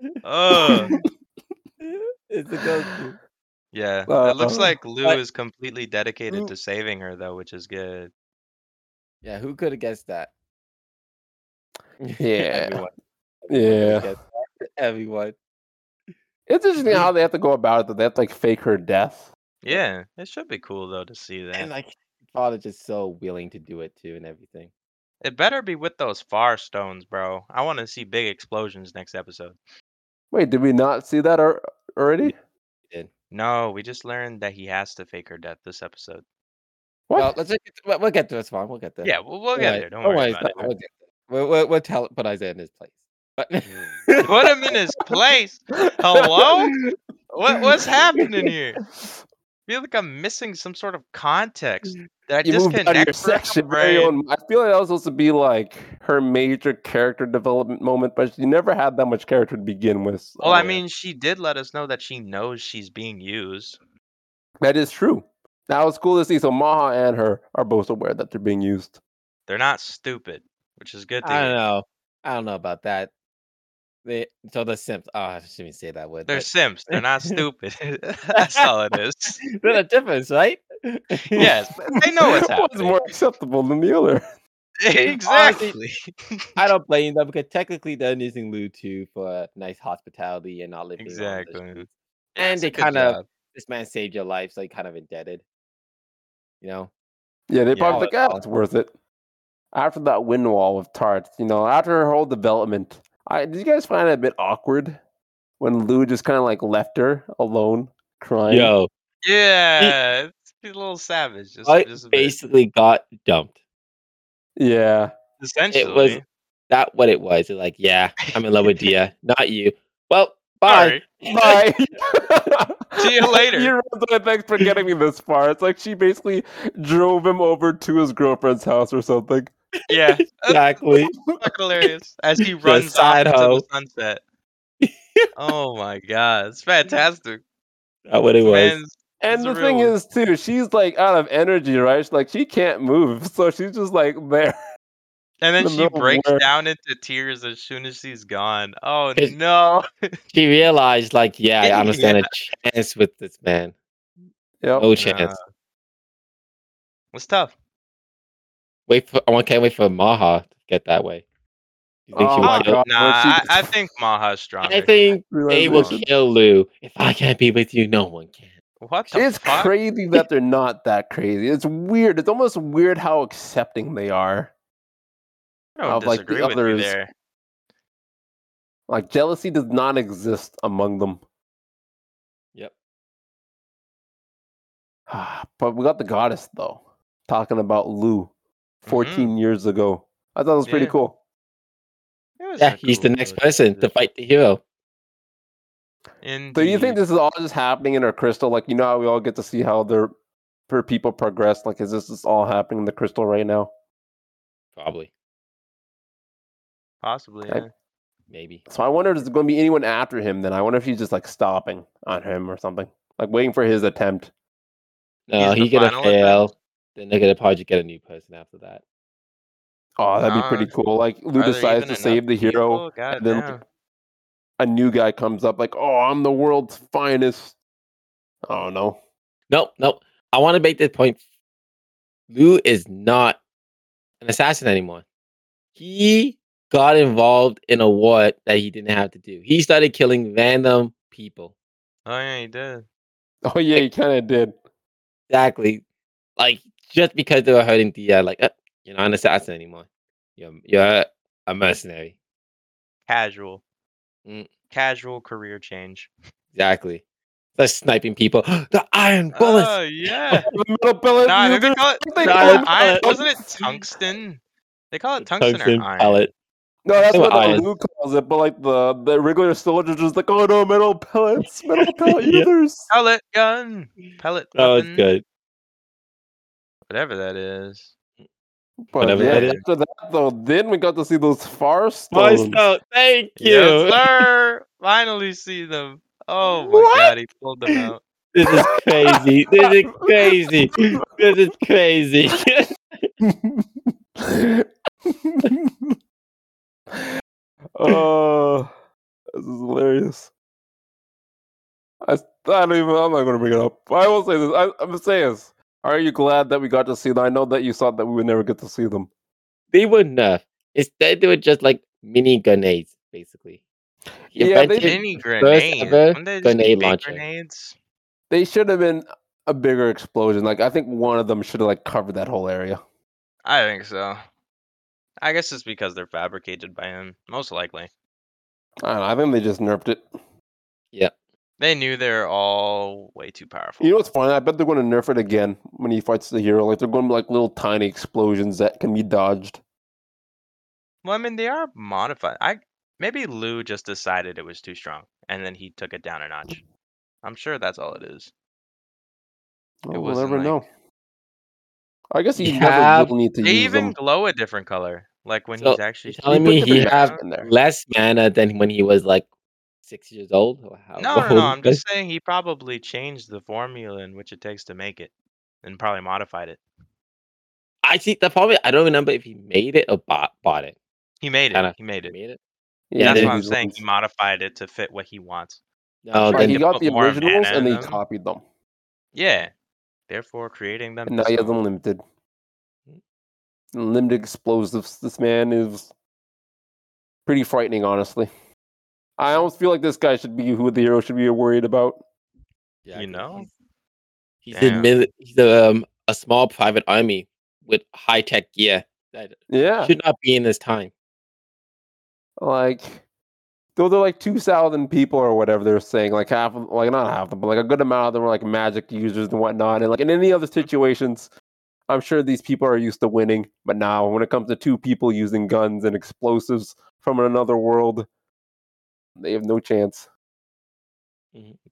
A: <laughs>
C: Ugh.
B: It's a go to.
C: Yeah, it looks
A: Uh,
C: like Lou
B: but-
C: is completely dedicated
B: Lou-
A: Mm.
C: to saving her, though, which is good.
B: Yeah, who could have guessed that?
A: Yeah.
C: <laughs>
B: Everyone.
A: Yeah.
B: Guessed that. Everyone.
A: It's interesting how they have to go about it. That they have to like fake her death.
C: Yeah, it should be cool though to see that.
B: And like father just so willing to do it too and everything.
C: it better be with those far stones, bro. I want to see big explosions next episode.
A: Wait, did we not see that ar- already?
C: No, we just learned that he has to fake her death this episode.
A: What?
B: Well, let's just get to, we'll- we'll get to this one. We'll get there.
C: Yeah, we'll, we'll get there. Don't worry about it.
B: We'll, get there. we'll, we'll, we'll telepathize it in his place. But
C: <laughs> Put him in his place.
A: <laughs>
C: Hello? What what's happening here? I feel like I'm missing some sort of context that I
A: Mm. you moved out of your
C: disconnect from the
A: section. Very
C: brain.
A: own. I feel like that was supposed to be like her major character development moment, but she never had that much character to begin with. so-
B: Oh,
C: Well, I mean, she did let us know that she knows she's being used.
A: that is true. Now it's cool to see. So Maha and her are both aware that they're being used.
C: They're not stupid, which is good to
B: I
C: hear.
B: don't know. I don't know about that. They, so the Sims. Oh, I shouldn't even say that word.
C: They're
B: but
C: simps. They're
B: <laughs>
C: not stupid. <laughs> That's all it is.
B: There's a difference, right?
C: Yes, but they know
A: <laughs> One's
C: what's happening. <laughs>
A: more acceptable than the other.
B: <laughs>
C: exactly.
B: <laughs> I don't blame them because technically they're using Lou too for nice hospitality and not living on the
C: Exactly.
B: streets.
C: Yeah,
B: And
C: it's
B: they
C: a good
B: kind of
C: job.
B: this man saved your life, so you kind of indebted. You know?
A: Yeah, they
C: Yeah.
A: probably think, ah,
B: Oh.
A: it's worth it. After that wind wall with Tart, you know, after her whole development, I did you guys find it a bit awkward when Lou just kind of like left her alone crying?
C: Yeah, it's a little savage. Just,
B: I
C: just a bit.
B: basically got dumped.
A: Yeah.
C: Essentially,
B: That what it was. It's like, yeah, I'm in
C: <laughs>
B: love with Dia, not you. Well, bye.
C: Sorry.
A: <laughs>
C: <laughs>
B: <laughs>
A: Bye.
C: See you later.
A: You're right, thanks for getting me this far. It's like she basically drove him over to his girlfriend's house or something.
B: <laughs>
C: Yeah, that's
B: Exactly.
C: hilarious. As
B: <laughs>
C: he runs off
B: side
C: into
B: hoe.
C: the
B: <laughs>
C: sunset. oh my god, it's fantastic.
B: That's what it was.
C: Man's-
A: And
C: It's
A: the
C: a real
A: thing
C: one.
A: is, too, she's like out of energy, right? She's like she can't move, <laughs> so she's just like there. <laughs>
C: and then
A: the
C: she
A: middle of
C: breaks
A: nowhere.
C: down into tears as soon as she's gone. Oh
B: It's-
C: no! <laughs>
B: She realized, like, yeah,
C: Yeah.
B: I understand a chance with this man.
A: Yep.
B: No chance.
C: It's tough.
B: Wait for I can't wait for Maha to get that way. You think she
A: Oh
B: would
A: my
B: kill-
A: God,
C: Nah,
A: no, she-
C: I, I think Maha's stronger.
B: I think
A: Realization.
B: they will kill Lou. If I can't be with you, no one can.
C: What the
A: It's
C: fuck?
A: crazy that they're not that crazy. It's weird. It's almost weird how accepting they are.
C: I don't
A: of, like, the
C: disagree with you
A: others.
C: there.
A: Like jealousy does not exist among them.
B: Yep.
A: <sighs> but we got the goddess though, talking about Lou, 14 years ago. I thought it was pretty
C: Mm-hmm. Yeah.
A: cool.
C: It was
B: Yeah,
C: a
B: he's the
C: cool
B: next
C: little
B: person to
C: transition.
B: fight the hero.
A: So you think
C: Indeed.
A: this is all just happening in her crystal? Like you know how we all get to see how their her people progress. Like is this just all happening in the crystal right now?
B: Probably.
C: possibly?
A: I-
C: Yeah.
B: Maybe.
A: So I wonder if there's going to be anyone after him. Then I wonder if he's just like stopping on him or something, like waiting for his attempt.
B: No,
C: He's the
B: he gonna
C: final event.
B: fail. Then they're gonna probably get a new person after that.
A: Oh, that'd
C: Nah.
A: be pretty cool. Like Lou
C: Are there
A: decides
C: even
A: to save the
C: enough
A: hero.
C: people? God
A: and then,
C: damn.
A: like, a new guy comes up, like, "Oh, I'm the world's finest." Oh no,
B: No, no. I want to make this point. Lou is not an assassin anymore. He got involved in a war that he didn't have to do. He started killing random people.
C: Oh yeah, he did.
A: <laughs> oh yeah, he kind of did. <laughs>
B: Exactly. Like just because they were hurting Dia, like "Uh, you're not an assassin anymore. You're you're a mercenary.
C: Casual.
B: Mm.
C: Casual career change.
B: Exactly. They're sniping people. <gasps> the iron bullets.
A: <laughs>
C: Oh yeah.
A: The middle pellet
C: nah,
A: user-
C: did they call it,
A: they
C: nah,
A: call it
C: iron-
A: pellet.
C: <laughs> wasn't it tungsten? They call it tungsten, or iron.
B: pellet.
A: No, that's
B: They were
A: what the
B: iron.
A: Lou calls it, but like the the regular soldiers just like, "Oh no, metal pellets,
B: <laughs>
A: metal pellet
B: Yeah.
A: users."
C: Pellet gun. Pellet
B: That
A: Oh,
B: was
C: weapon,
B: good.
C: Whatever that is.
A: But
B: Whatever
A: yeah,
B: that is.
A: after that though, then we got to see those far stones.
B: Myself, thank you.
C: Yes, sir. Finally see them. Oh my
A: What?
C: god, he pulled them out.
B: This is crazy. This is crazy. This is crazy. <laughs>
A: <laughs> oh, this is hilarious. I, s- I don't even. I'm not going to bring it up. I will say this. I, I'm gonna say this. Are you glad that we got to see them? I know that you thought that we would never get to see them.
B: they were nerfed. Instead, they were just like mini grenades, basically. He
A: Yeah, they <laughs>
B: invented-
A: did-
C: Mini grenades.
B: ever
C: Wouldn't they just be
B: grenade
C: big
B: launcher.
C: Grenades.
A: They should have been a bigger explosion. Like I think one of them should have like covered that whole area.
C: I think so. I guess it's because they're fabricated by him, most likely.
A: I don't know. I think they just nerfed it.
C: They knew they're all way too powerful.
A: You know what's funny? I bet they're going to nerf it again when he fights the hero. Like they're going to be like little tiny explosions that can be dodged.
C: well, I mean, they are modified. I maybe Lou just decided it was too strong, and then he took it down a notch. I'm sure that's all it is.
A: Oh, we'll
C: wasn't
A: never
C: like-
A: know. I guess he
B: You
A: never
B: have-
A: will need to
C: They
A: use
C: even
A: them.
C: glow a different color, like when
B: So,
C: he's actually.
B: you're telling
C: shooting
B: me
C: at
B: he
C: the
B: have-
C: ground.
A: in there.
B: Less mana than when he was like six years old. or how
C: No, no,
B: old
C: no.
B: he
C: I'm
B: was.
C: just saying he probably changed the formula in which it takes to make it, and probably modified it.
B: I see the problem. I don't remember if he made it or bought, bought it.
C: He made
B: Kinda.
C: it. He made it.
B: Made it?
A: Yeah,
B: Yeah,
C: that's
B: they-
C: why I'm
A: these
C: saying he
A: ones.
C: modified it to fit what he wants.
B: No,
C: sure
A: Right,
B: then
A: he
C: could
A: got
C: put
A: the
C: more
A: originals
C: mana
A: and
C: in
A: he
C: them.
A: copied them.
C: Yeah. Therefore, creating them.
A: And now
C: is
A: he has
C: so-
A: unlimited.
B: Mhm.
A: Unlimited explosives. This man is pretty frightening, honestly. I almost feel like this guy should be who the hero should be worried about.
B: Yeah,
C: You
B: 'cause
C: know?
B: he's he's, a,
C: Damn.
B: mili- he's a, um, a small private army with high tech gear that
A: Yeah.
B: should not be in this time.
A: like though they're like 2000 people or whatever they're saying like half of like not half of them but like a good amount of them are like magic users and whatnot and like in any other situations i'm sure these people are used to winning but now when it comes to two people using guns and explosives from another world they have no chance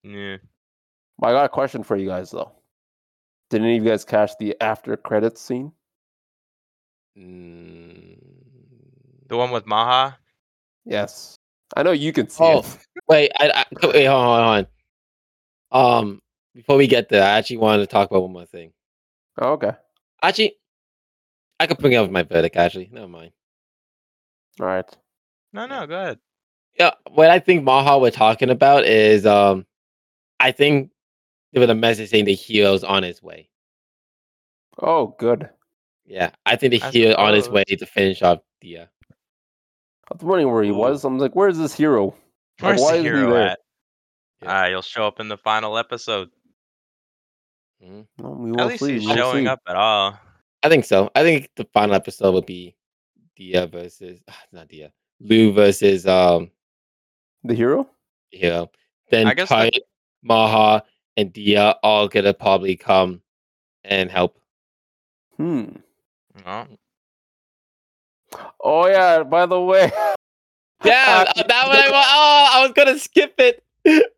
C: Yeah.
A: i got a question for you guys though did any of you guys catch the after credits scene
B: Mm.
C: The one with Maha?
A: Yes. I know you can see
B: Oh,
A: it.
B: wait, I, I, wait, hold on, hold on. Um, before we get there, I actually wanted to talk about one more thing.
A: Oh, okay.
B: Actually, I could bring up my verdict. Actually, never mind.
A: All right.
C: No, no, go ahead.
B: Yeah, what I think Maha we're talking about is, um, I think there was a message saying the hero's on his way.
A: Oh, good.
B: Yeah, I think the
C: I
B: hero on his way to finish off the. Uh,
A: I was wondering where he was. I'm like, where's this hero? Like,
C: Where's
A: why
C: the
A: isn't he
C: hero
A: there?
C: at?
B: Yeah.
C: Uh, you'll show up in the final episode.
B: mhm.
A: Well, we
C: At
A: will
C: least
A: see.
C: he's
A: we'll
C: showing
A: see.
C: up at all.
B: I think so. I think the final episode would be Dia versus ah, not Dia Lou versus um
A: The hero?
B: hero. Then
C: I
B: I
C: guess the-
B: Maha, and Dia all gonna probably come and help.
A: Hmm.
C: No.
A: Oh, yeah. By the way. <laughs>
B: Yeah, uh,
A: I-
B: that one I want. Oh, I was gonna skip it. <laughs>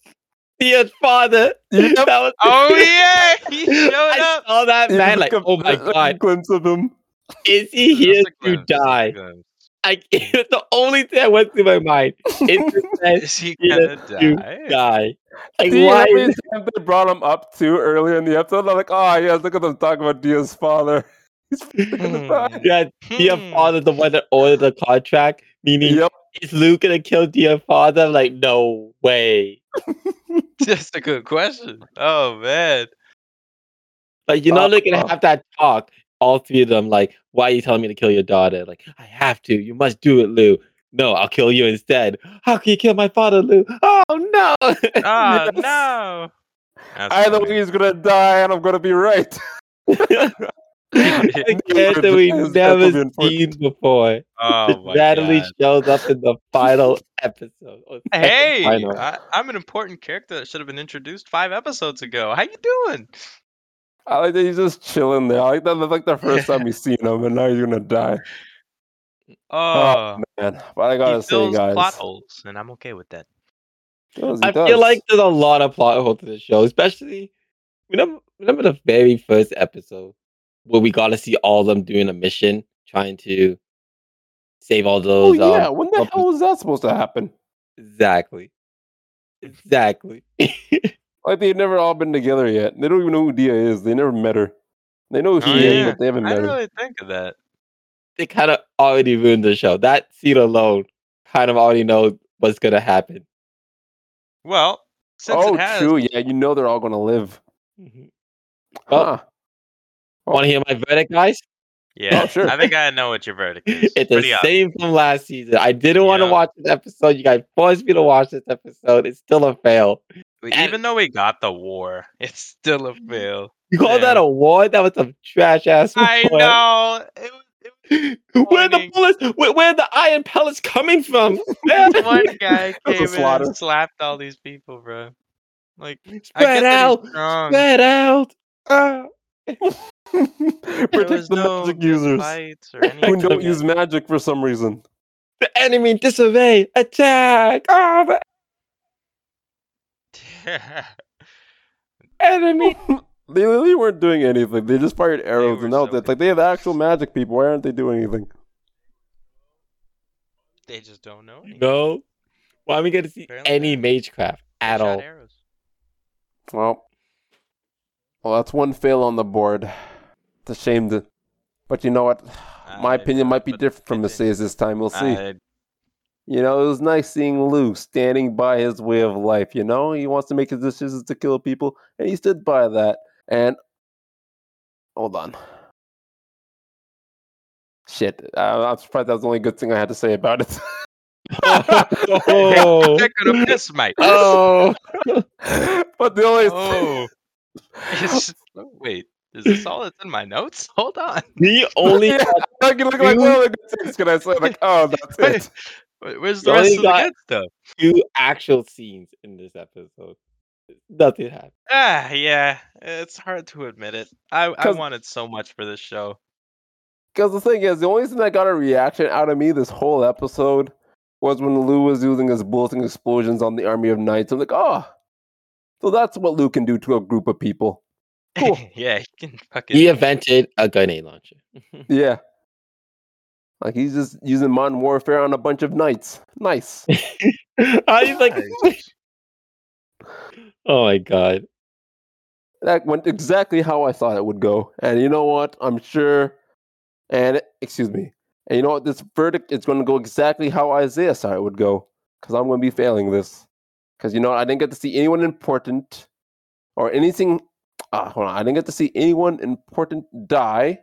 B: Dia's father.
A: Yep.
B: That was-
C: Oh yeah, <laughs> he showed
B: I
C: up.
B: saw that
A: It
B: man
A: was
B: like,
A: a-
B: oh
A: <laughs>
B: my
A: a- a
B: god,
A: glimpse of him.
B: is he
C: Just
B: here
C: a
B: to
C: glimpse, just a <laughs>
B: die?
C: glimpse.
B: I <laughs> it's the only thing that went through my mind. It's
C: Is he gonna
B: you
C: die?
B: guy. Like
A: See how
B: why
A: many
B: is
A: times they brought him up to earlier in the episode? I'm like, oh yes, look at them talking about Dio's father. He's freaking
C: Hmm.
B: <laughs>
A: surprised.
B: that Dia
C: Hmm.
B: father the one that ordered the contract? Meaning
A: Yep.
B: is Luke gonna kill Dia father? I'm like, no way.
C: Just a good question. Oh man.
B: Like you know
A: Uh,
B: they're gonna have that talk, all three of them, like, why are you telling me to kill your daughter? Like, I have to, you must do it, Lou. No, I'll kill you instead. How can you kill my father, Lou?
A: <laughs>
B: Oh no.
C: Oh
A: Yes.
C: no. That's
A: Either
C: funny.
A: way, he's gonna die, and I'm gonna be right.
B: <laughs> a character we
A: That's- that's
B: never
A: what we
B: seen before.
C: Oh my
B: Natalie
C: God.
B: shows
A: <laughs>
B: up in the final episode. or second
C: Hey,
B: final.
C: I, I'm an important character that should have been introduced five episodes ago. How you doing?
A: I like that he's just chilling there. I like that. That's like the first time
C: <laughs>
A: we've seen him, and now he's gonna die.
C: Oh,
A: Man, but I
C: he
A: gotta say,
C: fills
A: guys,
C: plot holes, and I'm okay with that.
A: Yes, he
B: I
A: does.
B: feel like there's a lot of plot holes to the show, especially remember remember the very first episode where we got to see all of them doing a mission, trying to save all
A: oh
B: those.
A: yeah,
B: um,
A: when the
B: help
A: hell was that supposed to happen?
B: exactly, exactly.
A: Like they've never all been together yet. They don't even know who Dia is. They never met her. They know who she
C: Oh,
A: is,
C: yeah.
A: but they haven't
C: I
A: met
C: didn't
A: her.
C: really think of that.
B: they kind of already ruined the show. That scene alone kind of already knows what's gonna happen.
C: Well, since
A: oh,
C: it has,
A: true. Yeah, you know they're all gonna live.
C: Mm-hmm.
B: Well-
A: huh. <laughs>
B: Want to hear my verdict, guys? <laughs>
C: yeah,
A: Oh, sure.
C: I think I know what your
A: <laughs>
C: verdict is.
B: It's the
C: Pretty obvious.
B: same from last season. I didn't want to
C: Yeah.
B: watch this episode. You guys forced me to watch this episode. It's still a fail.
C: We-
B: and-
C: Even though we got the war, it's
A: <laughs>
C: still a fail.
B: You call that
C: Yeah.
B: a war? That was some trash ass.
C: I
B: war.
C: know. It was, it
B: <laughs> Where the
C: Warning.
B: bullets? Where, where the iron pellets coming from?
A: <laughs>
C: was <laughs> one guy
A: a
C: came in
A: slaughter.
C: and slapped all these people, bro. Like, I get
B: Spread
C: that he's
B: out,
C: strong.
B: spread out. Ah.
C: There
A: <laughs> Protect
C: was
A: the
C: no
A: magic
C: real
A: users
C: fights
A: <laughs>
C: or
A: who
C: anything.
A: don't use magic for some reason.
B: the enemy in disarray. Attack! Ah, the <laughs> enemy.
A: <laughs> They really weren't doing anything. They just fired arrows
C: were
A: and that was
C: so
A: it. Like they have actual magic people. Why aren't they doing anything?
C: they just don't know. anything.
B: No. Why are we going to see
C: Apparently
B: any
C: not.
B: magecraft
C: They
B: at
C: shot
B: all?
C: arrows.
A: Well, well, that's one fail on the board. It's a shame. To, but you know what? My
C: Ah, I
A: opinion
C: know,
A: might be
C: but
A: different from
C: it
A: the says this time. We'll see.
C: I-
A: You know, it was nice seeing Lou standing by his way of life. You know, he wants to make his decisions to kill people, and he stood by that. And hold on, shit, I, I'm surprised that was the only good thing I had to say about it.
B: Oh.
C: <laughs> That could
D: <laughs>
A: <laughs>
C: have missed, mate. <laughs>
B: oh.
A: but the only
C: Oh,
A: <laughs>
C: it's,
A: Oh.
C: oh, wait. Is this all that's in my notes? <laughs> Hold on.
B: The
C: <laughs>
B: only
A: yeah, I can look like
B: two-
A: what other good things can I say? Like, oh, that's it.
C: Wait, Where's
B: You
C: the rest
B: only
C: of
B: got-
C: the good stuff?
B: two actual scenes in this episode. Nothing happened.
C: Ah, yeah. It's hard to admit it. I, I
A: 'Cause-
C: wanted so much for this show.
A: Because the thing is, the only thing that got a reaction out of me this whole episode was when Lou was using his bullets and explosions on the army of knights. I'm like, oh, so that's what Lou can do to a group of people. Cool.
C: <laughs> yeah, you can fucking.
B: He invented a grenade launcher.
A: Yeah. Like he's just using modern warfare on a bunch of knights. Nice.
D: <laughs> I was like, oh my god.
A: That went exactly how I thought it would go. And you know what? I'm sure. And excuse me. And you know what? This verdict is going to go exactly how Isaiah thought it would go. Because I'm going to be failing this. Because you know what? I didn't get to see anyone important or anything. Ah, hold on. I didn't get to see anyone important die,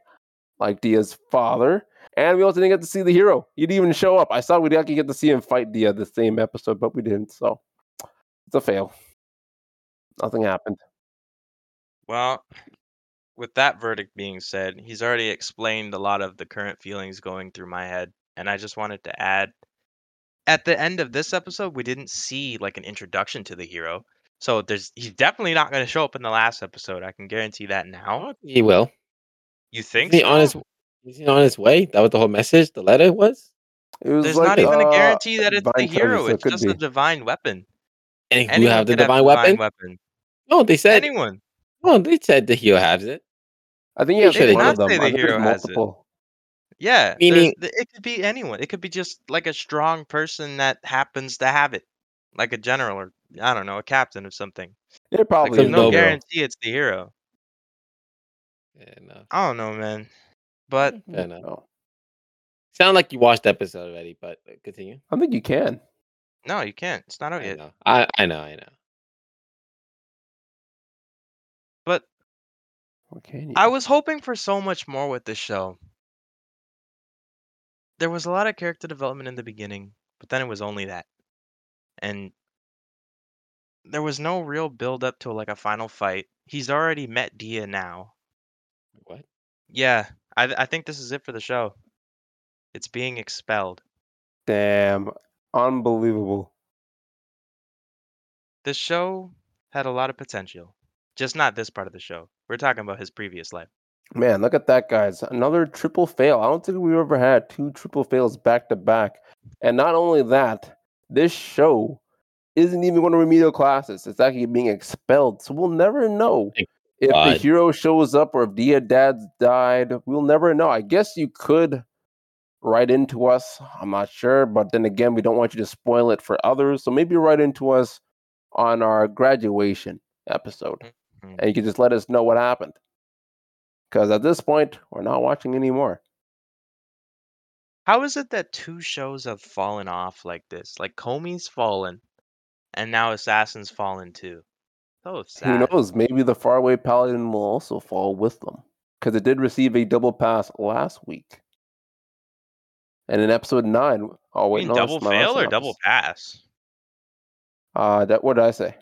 A: like Dia's father. And we also didn't get to see the hero. He didn't even show up. I thought we'd actually get to see him fight Dia the same episode, but we didn't. So it's a fail. Nothing happened.
C: Well, with that verdict being said, he's already explained a lot of the current feelings going through my head. And I just wanted to add at the end of this episode, we didn't see like an introduction to the hero. So there's he's definitely not going to show up in the last episode. I can guarantee that now.
D: He will.
C: You think?
D: Is he
C: so?
D: on his is he on his way? That was the whole message, the letter was?
A: It was
C: There's
A: like,
C: not even
A: uh,
C: a guarantee that it's the
A: divine treasure,
C: hero.
A: so it
C: It's
A: could
C: just
A: be.
C: a divine weapon.
D: And you
C: Anyone
D: have the
C: could
D: divine weapon?
C: weapon.
D: No, they said
C: Anyone.
D: no, they said the hero has it.
A: I
D: Pretty
A: think he has
D: sure they
A: one of
C: did
A: them.
C: say
A: I
C: the
A: think there's
C: hero has it.
A: multiple.
C: Yeah. there's-
D: Meaning-
C: th- it could be anyone. It could be just like a strong person that happens to have it, like a general or I don't know, a captain of something.
A: It,
C: Like,
A: probably
C: there's
A: is
C: no
A: the hero.
C: guarantee it's the hero.
D: Yeah, no.
C: I don't know, man. But
D: Fair enough.
A: No.
D: Sound like you watched the episode already, but uh, continue.
A: I think you can.
C: no, you can't. It's not out
D: I
C: yet.
D: know. I, I know, I know.
C: But
A: Or can you?
C: I was hoping for so much more with this show. There was a lot of character development in the beginning, but then it was only that. And there was no real build up to like a final fight. He's already met Dia now.
D: What?
C: Yeah, I th- I think this is it for the show. It's being expelled.
A: Damn. Unbelievable.
C: This show had a lot of potential. Just not this part of the show. We're talking about his previous life.
A: Man, look at that, guys. Another triple fail. I don't think we've ever had two triple fails back to back. And not only that, this show isn't even going to remedial classes. It's actually being expelled. So we'll never know
D: Thank
A: if the
D: God.
A: hero shows up or if Dia Dad's died. We'll never know. I guess you could write into us. I'm not sure. But then again, we don't want you to spoil it for others. So maybe write into us on our graduation episode
D: Mm-hmm.
C: Mhm.
A: and you can just let us know what happened. Because at this point, we're not watching anymore.
C: How is it that two shows have fallen off like this? Like Comey's fallen, and now Assassin's fallen too. So sad.
A: Who knows? Maybe the faraway paladin will also fall with them. Because it did receive a double pass last week. And in episode nine, oh
C: You
A: wait,
C: mean
A: no, that's
C: double
A: my last
C: fail or
A: episode.
C: double pass?
A: Uh, that what did I say?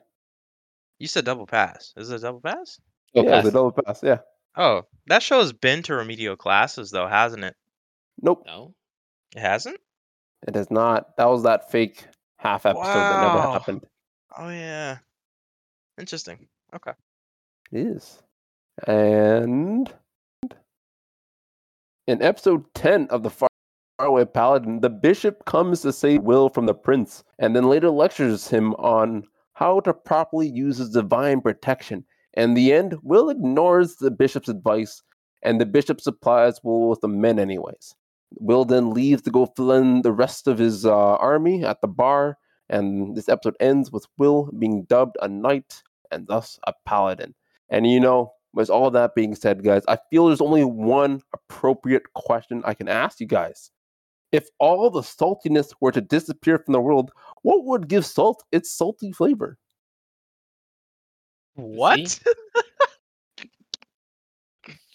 C: You said double pass. Is it a double pass?
D: Go
A: yeah, it was a
D: past.
A: double pass. Yeah,
C: Oh, that show has been to remedial classes though, hasn't it?
A: nope,
D: No.
C: It hasn't.
A: it is not. That was that fake half episode that never
C: Wow.
A: happened.
C: Oh yeah. Interesting. Okay.
A: It is, and in episode ten of the Far- faraway paladin, the bishop comes to save Will from the prince, and then later lectures him on how to properly use his divine protection. In the end, Will ignores the bishop's advice, and the bishop supplies Will with the men, anyways. Will then leaves to go fill in the rest of his uh, army at the bar, and this episode ends with Will being dubbed a knight and thus a paladin. And you know, with all that being said, guys, I feel there's only one appropriate question I can ask you guys. If all the saltiness were to disappear from the world, what would give salt its salty flavor?
C: What?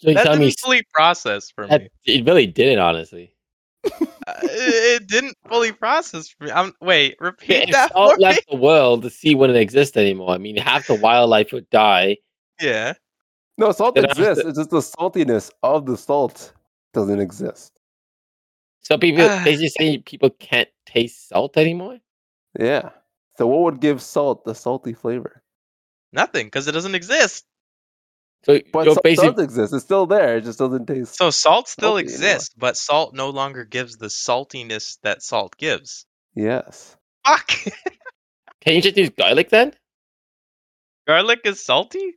D: So you
C: that
D: tell
C: didn't
D: me
C: fully process for
D: that,
C: me.
D: it really didn't, honestly.
C: Uh, it it didn't fully process for me. I'm wait. Repeat
D: If
C: that
D: salt
C: for me.
D: left the world, the sea wouldn't exist anymore. I mean, half the wildlife would die.
C: Yeah.
A: No, salt
D: It has to-
A: exists. It's just the saltiness of the salt doesn't exist.
D: So people, they just saying people can't taste salt anymore.
A: Yeah. So what would give salt the salty flavor?
C: Nothing, because it doesn't exist.
D: So
A: But
D: you're
A: salt
D: basically
A: does exist. It's still there. It just doesn't taste.
C: So salt still
A: Salty anymore.
C: exists, but salt no longer gives the saltiness that salt gives.
A: yes.
C: Fuck.
D: can you just use garlic then?
C: <laughs> Garlic is salty?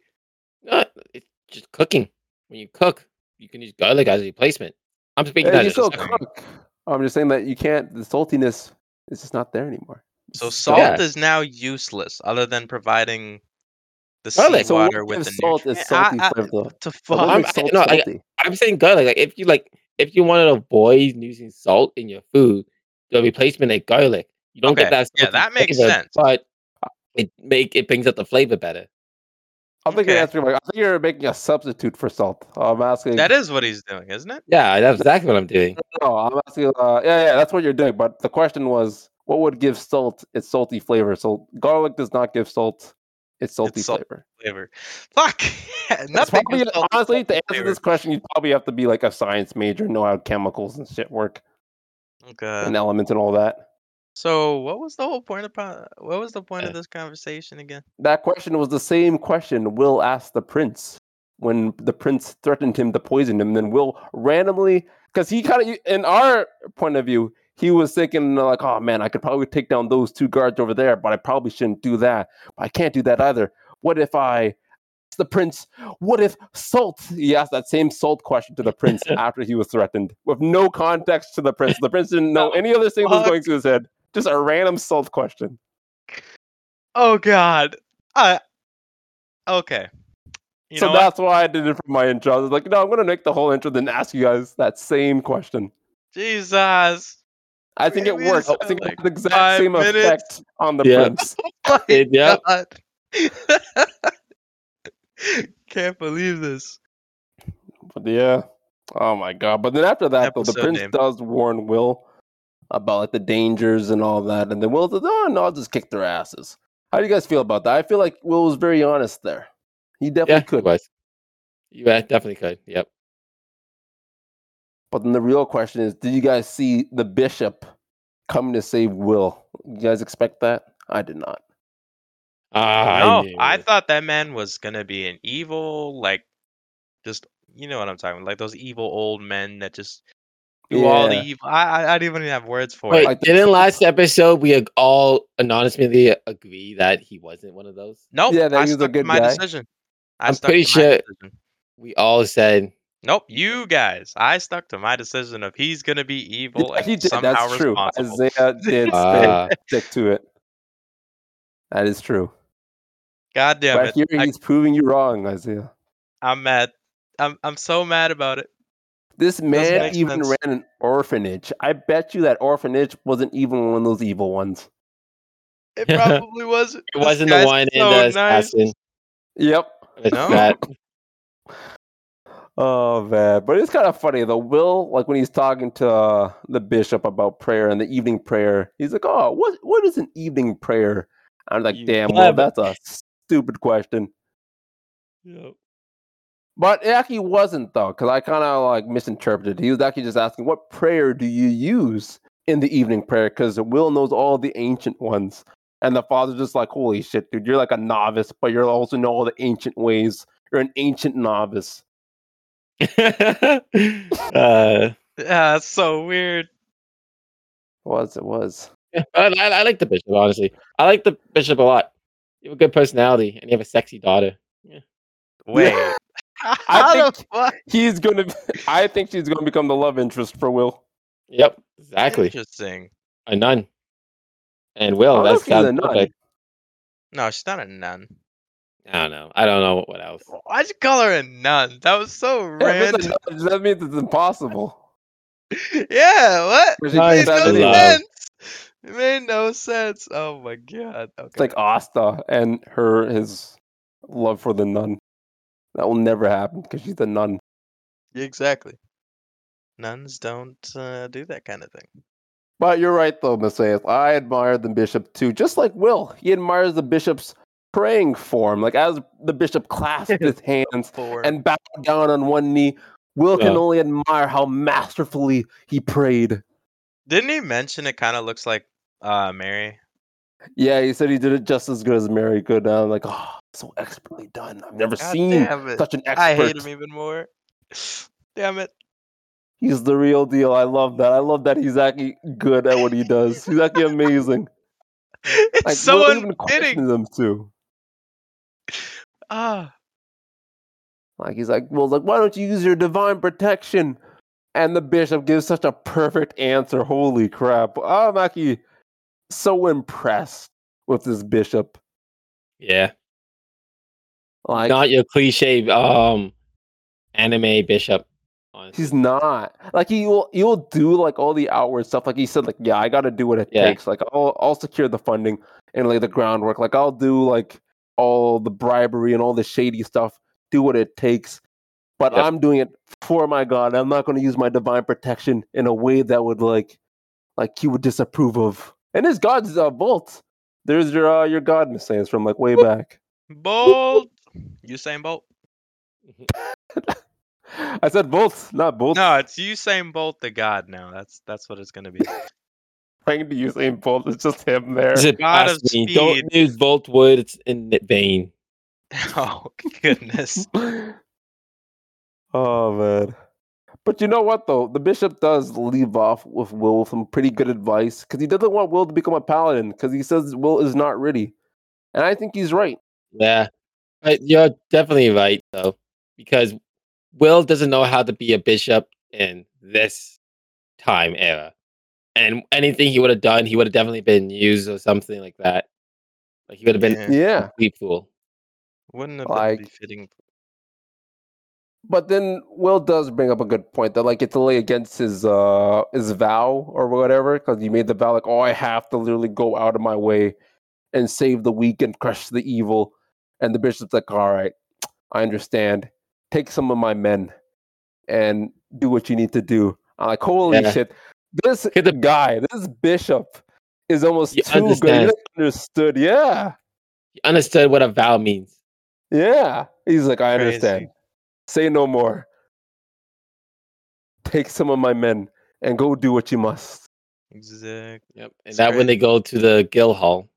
D: No, it's just cooking. When you cook, you can use garlic as a replacement. I'm speaking
A: Hey,
D: as
A: you
D: a
A: still
D: chef.
A: cook. I'm just saying that you can't. The saltiness is just not there anymore.
C: So
A: It's
C: salt
A: gone.
D: Yeah.
C: is now useless, other than providing the
D: Garlic.
A: So
C: seawater
A: what
C: with
A: gives
C: the
A: salt is
C: nutrient-
A: salty
C: I- I-
A: flavor. though?
C: to
A: But
C: fuck.
A: what
D: I'm-
A: makes salt
D: no, I-
A: salty?
D: I'm saying garlic. Like if you like, if you want to avoid using salt in your food, the replacement is garlic. You don't
C: Okay,
D: get that.
C: yeah,
D: salty
C: that makes
D: flavor,
C: sense.
D: But it make it brings up the flavor better.
A: I think you're
C: Okay.
A: asking. Like, I think you're making a substitute for salt. I'm asking.
C: That is what he's doing, isn't it?
D: Yeah, that's exactly what I'm
C: <laughs>
D: doing.
A: No, I'm asking. Uh, yeah, yeah, that's what you're doing. But the question was, what would give salt its salty flavor? So garlic does not give salt its salty
C: salt.
A: flavor.
C: Flavor. <laughs> Fuck.
A: That's
C: Nothing.
A: probably-
C: gives salt its
A: honestly, to
C: salty
A: answer
C: flavor.
A: this question, you'd probably have to be like a science major, know how chemicals and shit work,
C: Okay.
A: and elements and all that.
C: So what was the whole point about? What was the point
D: Uh,
C: of this conversation again?
A: That question was the same question Will asked the prince when the prince threatened him to poison him. Then Will randomly, because he kind of, in our point of view, he was thinking like, "Oh man, I could probably take down those two guards over there, but I probably shouldn't do that. I can't do that either. What if I?" ask The prince, what if salt? He asked that same salt question to the prince after he was threatened, with no context to the prince. The prince didn't know any other thing that was
C: Fuck.
A: going through his head. Just a random salt question.
C: Oh God. Uh. Okay. You
A: so
C: know what?
A: that's why I did it for my intro. I was like, no, I'm gonna make the whole intro then ask you guys that same question.
C: Jesus. <laughs>
A: I think it
C: Maybe
A: worked.
C: it's
A: I think it
C: like
A: had the exact
C: five
A: same
C: minutes.
A: effect on the
D: Yeah.
A: prince.
C: My
D: It- yep.
C: God. <laughs> Can't believe this.
A: But yeah. Oh my god. But then after that, though, the
C: Episode
A: prince
C: name.
A: does warn Will about like the dangers and all that, and then Will says, "Oh no, I'll just kick their asses." How do you guys feel about that? I feel like Will was very honest there. He definitely
D: Yeah,
A: could.
D: it was. Yeah, definitely could. Yep.
A: But then the real question is, did you guys see the bishop coming to save Will? You guys expect that? I did not.
D: Ah,
C: no,
D: knew
C: I
D: it.
C: thought that man was gonna be an evil, like, just you know what I'm talking about, like those evil old men that just do all the
A: Yeah.
C: evil. I, I I don't even have words for
D: Wait,
C: it.
A: I think
D: didn't
A: so.
D: last episode we ag- all anonymously agree that he wasn't one of those?
C: Nope.
A: Yeah, that
C: I
A: he was a
C: stuck to
A: good
C: my
A: guy.
C: decision. I
D: I'm
C: stuck to
D: pretty
C: my
D: sure-
C: decision.
D: We all said
C: Nope, you guys. I stuck to my decision of he's gonna be evil
A: Yeah,
C: and
A: he did.
C: somehow
A: That's true.
C: responsible. <laughs>
A: Isaiah did stay-
D: Ah.
A: stick to it. That is true.
C: God damn
A: but
C: it!
A: here
C: I,
A: he's proving you wrong, Isaiah.
C: I'm mad. I'm I'm so mad about it.
A: This man
C: make
A: even
C: sense.
A: ran an orphanage. I bet you that orphanage wasn't even one of those evil ones. <laughs>
C: It probably wasn't. <laughs>
D: it
C: This
D: wasn't
C: guy's
D: the one uh, in
C: so
D: the
C: nice.
D: assassin.
A: Yep.
D: It's
C: No.
D: that-
C: <laughs>
A: Oh man, but it's kind of funny though. Will, like when he's talking to uh, the bishop about prayer and the evening prayer, he's like, "Oh, what what is an evening prayer?" I'm like,
D: You
A: "Damn, Will,
D: pleb."
A: that's a stupid question." But it actually wasn't though, because I kind of like misinterpreted. He was actually just asking, "What prayer do you use in the evening prayer?" Because Will knows all the ancient ones, and the father's just like, "Holy shit, dude! You're like a novice, but you also know all the ancient ways. You're an ancient novice."
B: <laughs>
D: uh,
C: Yeah, it's so weird.
A: Was it was?
D: I, I, I like the bishop, honestly. I like the bishop a lot. You have a good personality and you have a sexy daughter.
C: Wait.
A: <laughs> Yeah.
C: How the fuck?
A: He's gonna. <laughs> I think she's gonna become the love interest for Will. <laughs>
D: Yep, exactly.
C: Interesting.
D: A nun. And Will,
A: I don't know
D: that's
A: if she's Oh, a
D: sounds
A: nun.
D: perfect.
C: No, she's not a nun.
D: I don't know. I don't know what else.
C: Why'd you call her a nun? That was so
A: Yeah, if it's a
C: random.
A: nudge, that means it's impossible.
C: <laughs> Yeah, what?
A: Because
D: It
A: can't
C: It made
D: Nice
A: have
C: no
A: any-
D: love.
C: sense. It made no sense. Oh my god.
A: It's
C: Okay.
A: like Asta and her his love for the nun. That will never happen because she's a nun.
C: Exactly. Nuns don't uh, do that kind of thing.
A: But you're right though, Messias. I admire the bishop too, just like Will. He admires the bishop's praying form. Like as the bishop
C: <laughs>
A: clasped his hands
C: Four.
A: and bowed down on one knee, Will can
D: Yeah.
A: only admire how masterfully he prayed.
C: Didn't he mention it kind of looks like uh Mary?
A: Yeah, he said he did it just as good as Mary could. And I'm like, oh, so expertly done. I've never
C: God
A: seen
C: damn it.
A: such an expert.
C: I hate him even more. <sighs> Damn it.
A: He's the real deal. I love that. I love that he's actually good at what he does. He's actually
C: <laughs>
A: amazing.
C: It's
A: Like
C: so
A: we'll
C: <sighs>
A: even
C: unfitting.
A: question them too.
C: Ah,
A: Like he's like, well, like why don't you use your divine protection And the bishop gives such a perfect answer. Holy crap. I'm actually so impressed with this bishop.
B: Yeah.
A: Like
B: Not your cliche um anime bishop. honestly.
A: he's not. Like he will he will do like all the outward stuff. Like he said, like, yeah, I gotta do what it
B: Yeah.
A: takes. Like I'll I'll secure the funding and lay the groundwork. Like I'll do like all the bribery and all the shady stuff. Do what it takes. But
B: Yep.
A: I'm doing it for my God. I'm not gonna use my divine protection in a way that would like like he would disapprove of. And his God's uh, bolt. There's your uh, your God messiahs from like way back.
C: Bolt. Usain Bolt.
A: I said bolt, not bolt.
C: No, it's Usain Bolt the God now. That's that's what it's gonna be. <laughs>
A: trying to use aim bolt. It's just him there.
B: Is it
C: God of
B: past me? Don't
C: speed.
B: use bolt wood, it's in vain.
C: oh
A: <laughs>
C: goodness.
A: oh man. But you know what though? The bishop does leave off with Will with some pretty good advice because he doesn't want Will to become a paladin because he says Will is not ready. And I think he's right.
B: Yeah. But you're definitely right though. Because Will doesn't know how to be a bishop in this time era. And anything he would have done, he would have definitely been used or something like that. Like he would have been
C: Yeah.
A: Yeah.
B: a complete fool.
C: Wouldn't have
A: Like-
C: been befitting.
A: But then Will does bring up a good point that like it's lay against his uh his vow or whatever, because he made the vow like, oh I have to literally go out of my way and save the weak and crush the evil. And the bishop's like, All right, I understand. Take some of my men and do what you need to do. I'm like, holy
B: Yeah.
A: shit. This
B: Hit the-
A: guy, this bishop is almost
B: He
A: too good.
B: understands.
A: He understood. Yeah.
B: He understood what a vow means.
A: Yeah. He's like, I understand.
C: Crazy.
A: Say no more. Take some of my men and go do what you must.
C: Exact. <laughs>
B: Yep. And
C: It's
B: that when they go to the guild hall.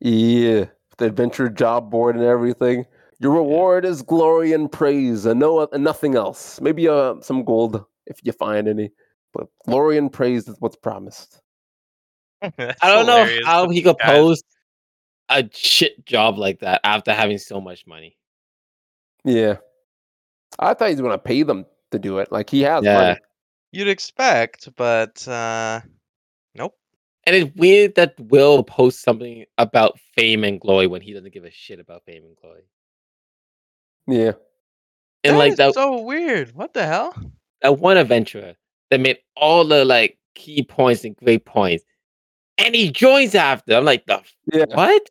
A: Yeah. The adventure job board and everything. Your reward is glory and praise and no and nothing else. Maybe uh, some gold if you find any. But glory and praise is what's promised.
C: That's
B: I don't
C: hilarious.
B: know how he could
C: guys.
B: post a shit job like that after having so much money.
A: Yeah. I thought he was gonna pay them to do it. Like he has
B: Yeah.
A: money.
C: You'd expect, but uh,
B: And it's weird that Will posts something about fame and glory when he doesn't give a shit about fame and glory.
A: Yeah.
B: And like
C: is
B: that,
C: so weird. What the hell?
B: that one adventurer that made all the like key points and great points. And he joins after. I'm like, the f-
A: Yeah.
B: what?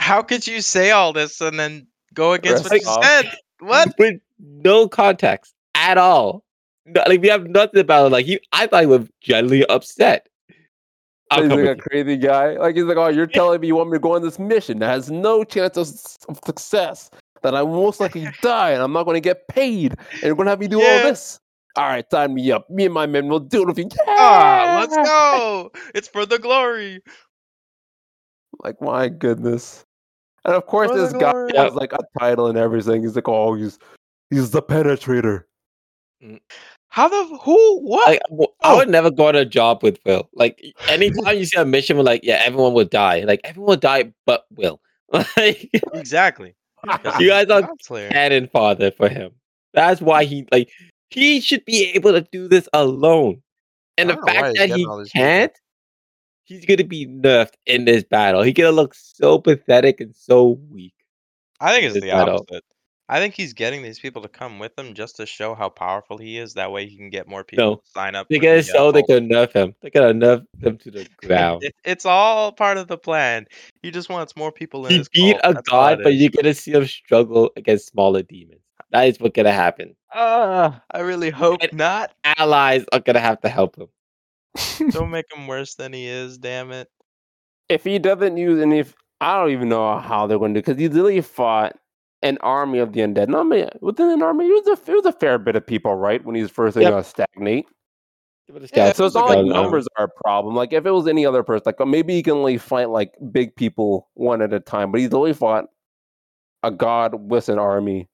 C: How could you say all this and then go against what
A: Rest
C: you
A: off.
C: said?
B: <laughs>
C: What?
B: With no context at all. No, like we have nothing about it. Like he I thought he was genuinely upset. I'll
A: he's
B: come
A: like
B: with
A: a
B: you.
A: crazy guy. Like he's like, oh, you're telling me you want me to go on this mission that has no chance of, s- of success, that I will most likely die, and I'm not going to get paid, and you're going to have me do
C: Yeah.
A: all this. All right, sign me up. Me and my men will do it if you can.
C: Ah, let's go. It's for the glory.
A: Like my goodness. And of course,
C: For the
A: this guy
C: glory.
A: has like a title and everything. He's like, oh, he's he's the penetrator.
C: How the who? What?
B: Like, w- I would never go on a job with Will. Like, anytime you see a mission, we're like, yeah, everyone will die. Like, everyone will die but Will. <laughs> Like,
C: exactly. 'cause
A: <laughs>
B: uh,
C: <laughs>
B: You
C: he's
B: guys
C: the
B: are
C: God Slayer.
B: cannon father for him. That's why he, like, he should be able to do this alone. And
C: I
B: the
C: don't know why
B: fact
C: he's
B: that
C: getting
B: he
C: all these people.
B: can't, he's going to be nerfed in this battle. He's going to look so pathetic and so weak.
C: I think
B: <laughs>
C: it's
B: His
C: the
B: battle.
C: opposite. I think he's getting these people to come with him just to show how powerful he is. That way, he can get more people
B: No.
C: to sign up. for
B: They're
C: the,
B: going
C: uh,
B: to so they
C: cult.
B: can nerf him. They're going to nerf him to the
C: <laughs>
B: ground.
C: It- it's all part of the plan. He just wants more people in
B: He
C: his
B: beat
C: cult.
B: a
C: That's all
B: god,
C: it
B: but
C: is.
B: you're gonna see him struggle against smaller demons. That is what's gonna happen.
C: Ah, I
B: <laughs>
C: really hope
B: And-
C: not.
B: Allies are gonna have to help him.
C: Don't make him worse than he is. Damn it.
A: if he doesn't use and if I don't even know how they're going to because he literally fought an army of the undead. Not many, within an army, it was, a, it was a fair bit of people, right? When he's first
B: Yep.
A: going to stagnate.
B: Give it a
C: Yeah,
B: stab.
C: it
A: So
C: was
A: it's
C: a
A: not
B: good
A: like
B: army.
A: numbers are a problem. Like if it was any other person, like uh, maybe he can only fight like big people one at a time, but he's only fought a god with an army.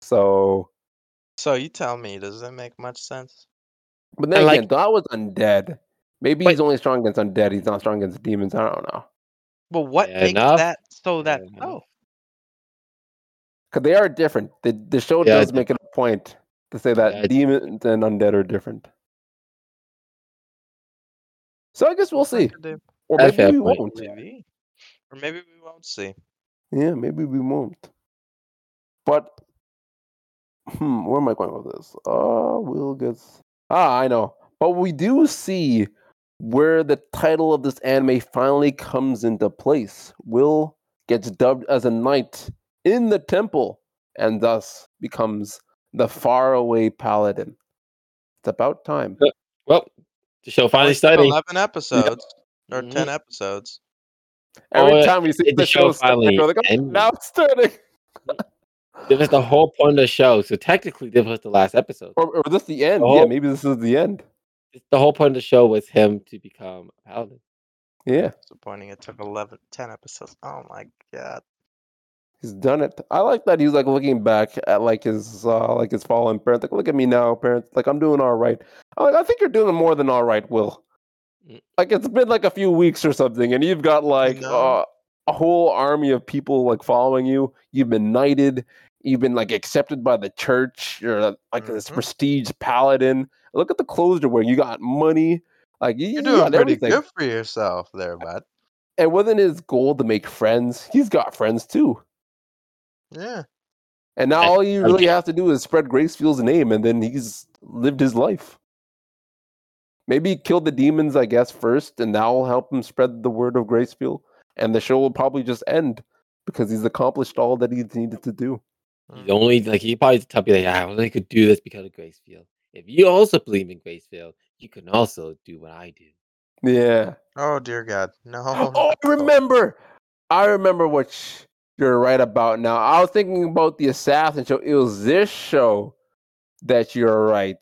A: So,
C: So you tell me, does that make much sense?
A: but then
B: And, like-
A: again, God was undead. Maybe
B: But-
A: he's only strong against undead. He's not strong against demons. I don't know.
C: But what
B: Fair
C: makes
B: enough.
C: that so
B: Fair
C: that
B: enough.
C: oh
A: Because they are different. The, the show
B: Yeah, I
A: does make it a point to say that
B: Yeah, it's-
A: demons and undead are different. So I guess we'll see, or maybe
B: That's fair
A: we
B: point.
A: won't.
C: Maybe. Or maybe we won't see.
A: Yeah, maybe we won't. But hmm, where am I going with this? Uh we'll get s- Ah, I know. But we do see where the title of this anime finally comes into place. Will gets dubbed as a knight in the temple and thus becomes the faraway paladin. It's about time.
B: Well, the show finally
C: Only
B: started.
C: Eleven episodes or
A: Mm-hmm.
B: Mhm.
C: ten episodes.
A: Every
B: Or
A: time we see
B: did the show
A: start,
B: finally
A: we're like, "Oh,
B: end?"
A: now it's starting.
B: This is the whole point of the show. So technically, this was the last episode.
A: Or, or this the end. Yeah,
B: Oh.
A: maybe this is the end.
B: The whole point of the show was him to become a paladin.
A: Yeah.
C: Disappointing. It took 11, 10 episodes. Oh my god.
A: He's done it. I like that he's like looking back at like his uh like his fallen parents. Like, look at me now, parents. Like I'm doing all right. I'm like, I think you're doing more than all right, Will.
B: Mm.
A: Like it's been like a few weeks or something, and you've got like
C: No.
A: uh, a whole army of people like following you. You've been knighted. You've been like accepted by the church. You're uh, like this
C: Mhm.
A: prestige paladin. Look at the clothes you're wearing. You got money. Like you, you
C: You're doing
A: got
C: pretty
A: everything.
C: good for yourself there, bud.
A: And wasn't his goal to make friends? He's got friends too.
C: Yeah.
A: And now
B: I-
A: all you
B: I
A: really
B: get-
A: have to do is spread Gracefield's name, and then he's lived his life. Maybe he killed the demons, I guess, first, and that'll help him spread the word of Gracefield. And the show will probably just end because he's accomplished all that he needed to do. Uh-huh.
B: He's only like he probably tell me like I only could do this because of Gracefield. If you also believe in Gracefield, you can also do what I do.
A: Yeah.
C: Oh dear God. No.
A: Oh, I
C: no.
A: remember. I remember what sh- you're right about now. I was thinking about the Assassin show. It was this show that you're right.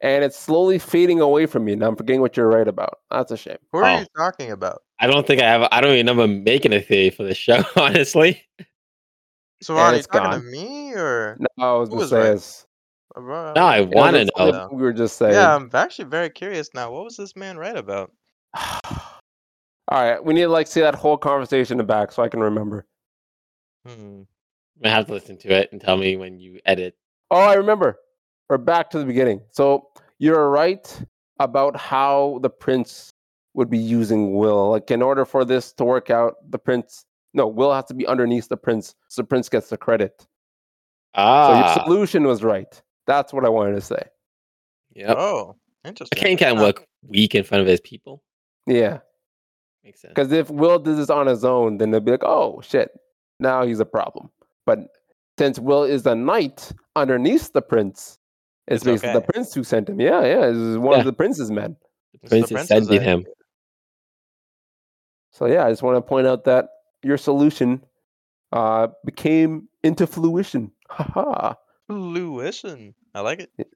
A: And it's slowly fading away from me. Now I'm forgetting what you're right about. That's a shame.
C: Who are
B: Oh.
C: you talking about?
B: I don't think I have. I don't even remember making a theory for the show. <laughs> Honestly,
C: So
A: And
C: are you
A: it's
C: talking
A: gone.
C: to me or?
A: No, I was
C: Who
A: gonna
C: was
A: say
C: right?
A: is-
C: No,
B: now I
A: it was
B: want to
A: the
B: know.
A: same thing We were just saying.
C: Yeah, I'm actually very curious now. What was this man right about?
A: <sighs> All right, we need to like see that whole conversation back so I can remember.
C: Hmm.
B: I'm gonna have to listen to it and tell me when you edit.
A: Oh, I remember. We're back to the beginning. So you're right about how the prince would be using Will. Like in order for this to work out, the prince no Will has to be underneath the prince, so the prince gets the credit. So your
B: Ah,
A: solution was right. That's what I wanted to say.
B: yep.
C: Oh,
B: I
C: interesting.
B: can't kind of
C: Huh.
B: look weak in front of his people.
A: Yeah,
B: Makes sense.
A: because if Will did this on his own, then they'll be like, "Oh shit, now he's a problem." But since Will is the knight underneath the prince, it's,
C: It's
A: basically the
C: okay.
A: prince who sent him. Yeah, yeah, it's one
B: Yeah.
A: of the prince's men.
B: The
C: It's
B: prince is
C: prince's
B: sending
C: idea.
B: him.
A: So yeah, I just want to point out that your solution uh, became into fruition. Haha.
C: Fruition. I like it.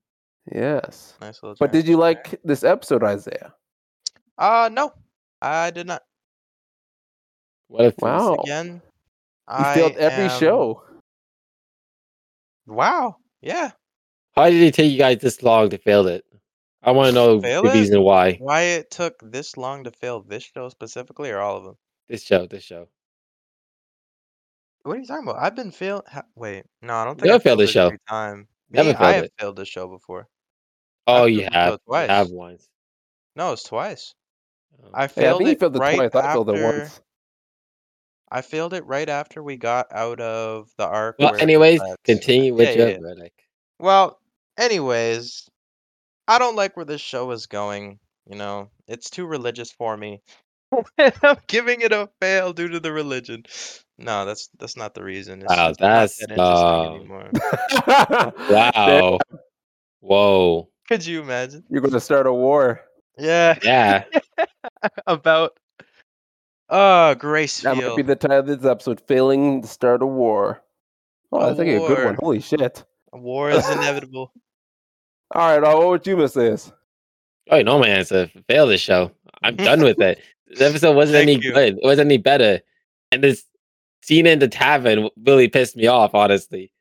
A: Yes.
C: Nice little.
A: But did you like this episode, Isaiah?
C: Uh, no, I did not.
B: What if
A: Wow.
C: Again,
A: Oh. You
C: I
A: failed every
C: am-
A: show.
C: Wow. Yeah.
B: How did it take you guys this long to fail it? I want to know
C: Fail
B: the
C: it?
B: reason why.
C: Why it took this long to fail this show specifically, or all of them?
B: This show, this show.
C: What are you talking about? I've been failed. Wait, no, I don't think
B: never
C: I
B: failed this show.
C: every time.
B: Never
C: Me,
B: failed
C: I have
B: it.
C: failed this show before.
B: Oh,
C: I've
B: you
C: failed the show
B: have. You
C: twice.
B: have once.
C: No, it's twice. I
B: Oh.
A: Yeah, I
C: failed
A: think you
C: it
A: failed it
C: right
A: twice.
C: after.
A: I failed it once. <laughs>
C: I failed it right after we got out of the arc.
B: Well,
C: where it
B: anyways,
C: was-
B: continue with
C: Yeah,
B: your
C: yeah, yeah.
B: verdict.
C: Well, anyways, I don't like where this show is going. You know, it's too religious for me. <laughs> I'm giving it a fail due to the religion. No, that's that's not the reason. It's
B: Wow,
C: just not
B: that's,
C: that interesting
A: uh,
B: um,
C: anymore. <laughs>
A: Damn,
B: Wow. Whoa.
C: Could you imagine?
A: You're going to start a war.
C: Yeah, <laughs>
B: Yeah.
C: about uh Gracefield.
A: That might be the title of this episode Failing to Start a War. Oh,
C: A
A: that's like a good
C: war.
A: one. Holy shit. <laughs>
C: War is inevitable.
A: All right, uh, what would you miss this?
B: Oh, no, man. It's a fail this show. I'm done with it.
C: <laughs>
B: This episode wasn't
C: Thank
B: any
C: you.
B: good. It wasn't any better. And this scene in the tavern w- really pissed me off, honestly.
C: <laughs>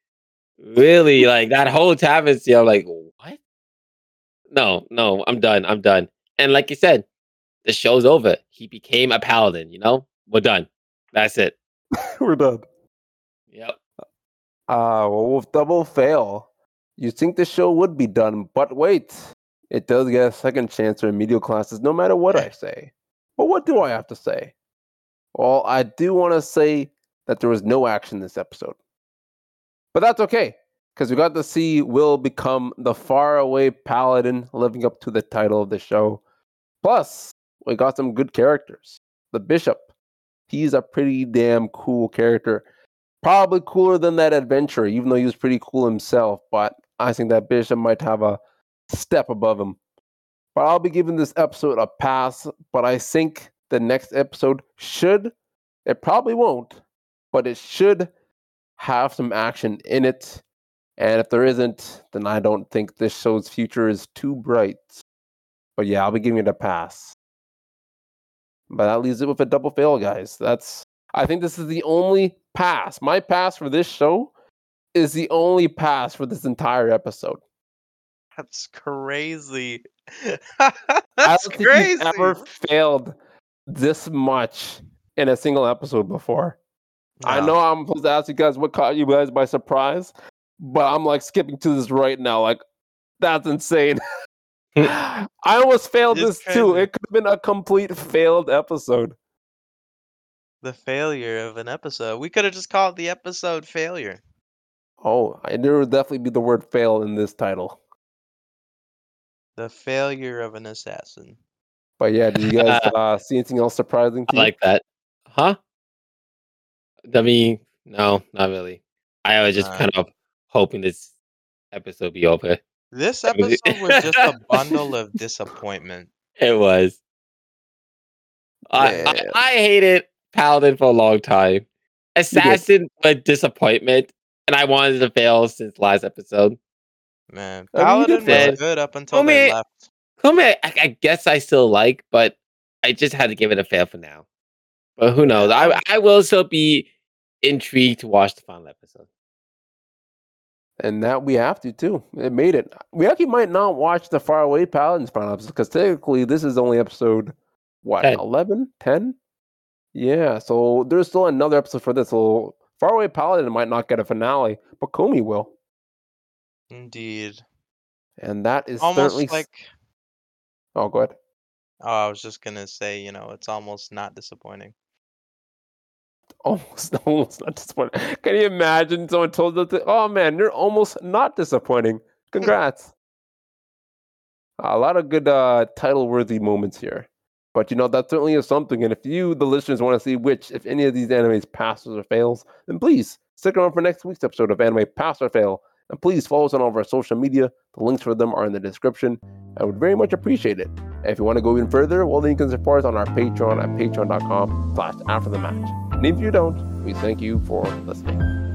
B: Really, like that whole tavern scene, I'm like, what? No, no, I'm done. I'm done. And like you said, the show's over. He became a paladin, you know? We're done. That's it.
A: <laughs> We're done.
B: Yep.
A: Uh, well, with double fail, You think the show would be done, but wait. It does get a second chance for remedial classes no matter what I say. But what do I have to say? Well, I do want to say that there was no action this episode. But that's okay, because we got to see Will become the faraway paladin living up to the title of the show. Plus, we got some good characters. The Bishop, he's a pretty damn cool character. Probably cooler than that adventurer, even though he was pretty cool himself. But I think that Bishop might have a step above him. But I'll be giving this episode a pass. But I think the next episode should, it probably won't, but it should have some action in it. And if there isn't, then I don't think this show's future is too bright. But yeah, I'll be giving it a pass. But that leaves it with a double fail, guys. That's I think this is the only pass. My pass for this show is the only pass for this entire episode.
C: That's crazy.
A: I
C: <laughs> That's
A: don't think we've
C: crazy.
A: ever failed this much in a single episode before. I
C: No.
A: know I'm supposed to ask you guys what caught you guys by surprise, but I'm like skipping to this right now. Like, that's insane. <laughs> I almost failed
C: It's
A: this too.
C: crazy.
A: It could have been a complete failed episode.
C: the failure of an episode. We could have just called the episode failure.
A: Oh, I, there would definitely be the word fail in this title.
C: The failure of an assassin.
A: But yeah, did you
C: <laughs>
A: guys uh, see anything else surprising to
D: I
A: you?
D: like that. Huh? I mean, no, not really. I was just
C: Uh,
D: kind of hoping this episode be over. <laughs>
C: This
D: That was
C: episode
D: it.
C: was just a
A: <laughs>
C: bundle of disappointment.
D: It was. I,
A: Yeah.
D: I I hated Paladin for a long time. Assassin with disappointment, and I wanted to fail since last episode.
C: Man,
A: I mean, you did
C: Paladin was
D: fail.
C: good up until they
D: mean,
C: left.
D: Come I, I guess I still like, but I just had to give it a fail for now. But who knows? I I will still be intrigued to watch the final episode.
A: And that we have to too. It made it. We actually might not watch the Faraway Paladins final episode because technically this is only episode what
D: Ten.
A: 11, 10? Yeah, so there's still another episode for this. So Faraway Paladin might not get a finale, but Comey will,
C: Indeed.
A: and that is
C: Almost
A: certainly. s-
C: like
A: Oh, go ahead.
C: oh, I was just gonna say, you know, it's almost not disappointing.
A: <laughs> Almost, almost not disappointing. Can you imagine someone told us, that, "Oh man, you're almost not disappointing." Congrats. a lot of good uh, title-worthy moments here, but you know that certainly is something. And if you, the listeners, want to see which, if any of these animes passes or fails, then please stick around for next week's episode of Anime Pass or Fail, and please follow us on all of our social media. The links for them are in the description. I would very much appreciate it. And if you want to go even further, well, then you can support us on our Patreon at patreon.com slash after the match. And if you don't, we thank you for listening.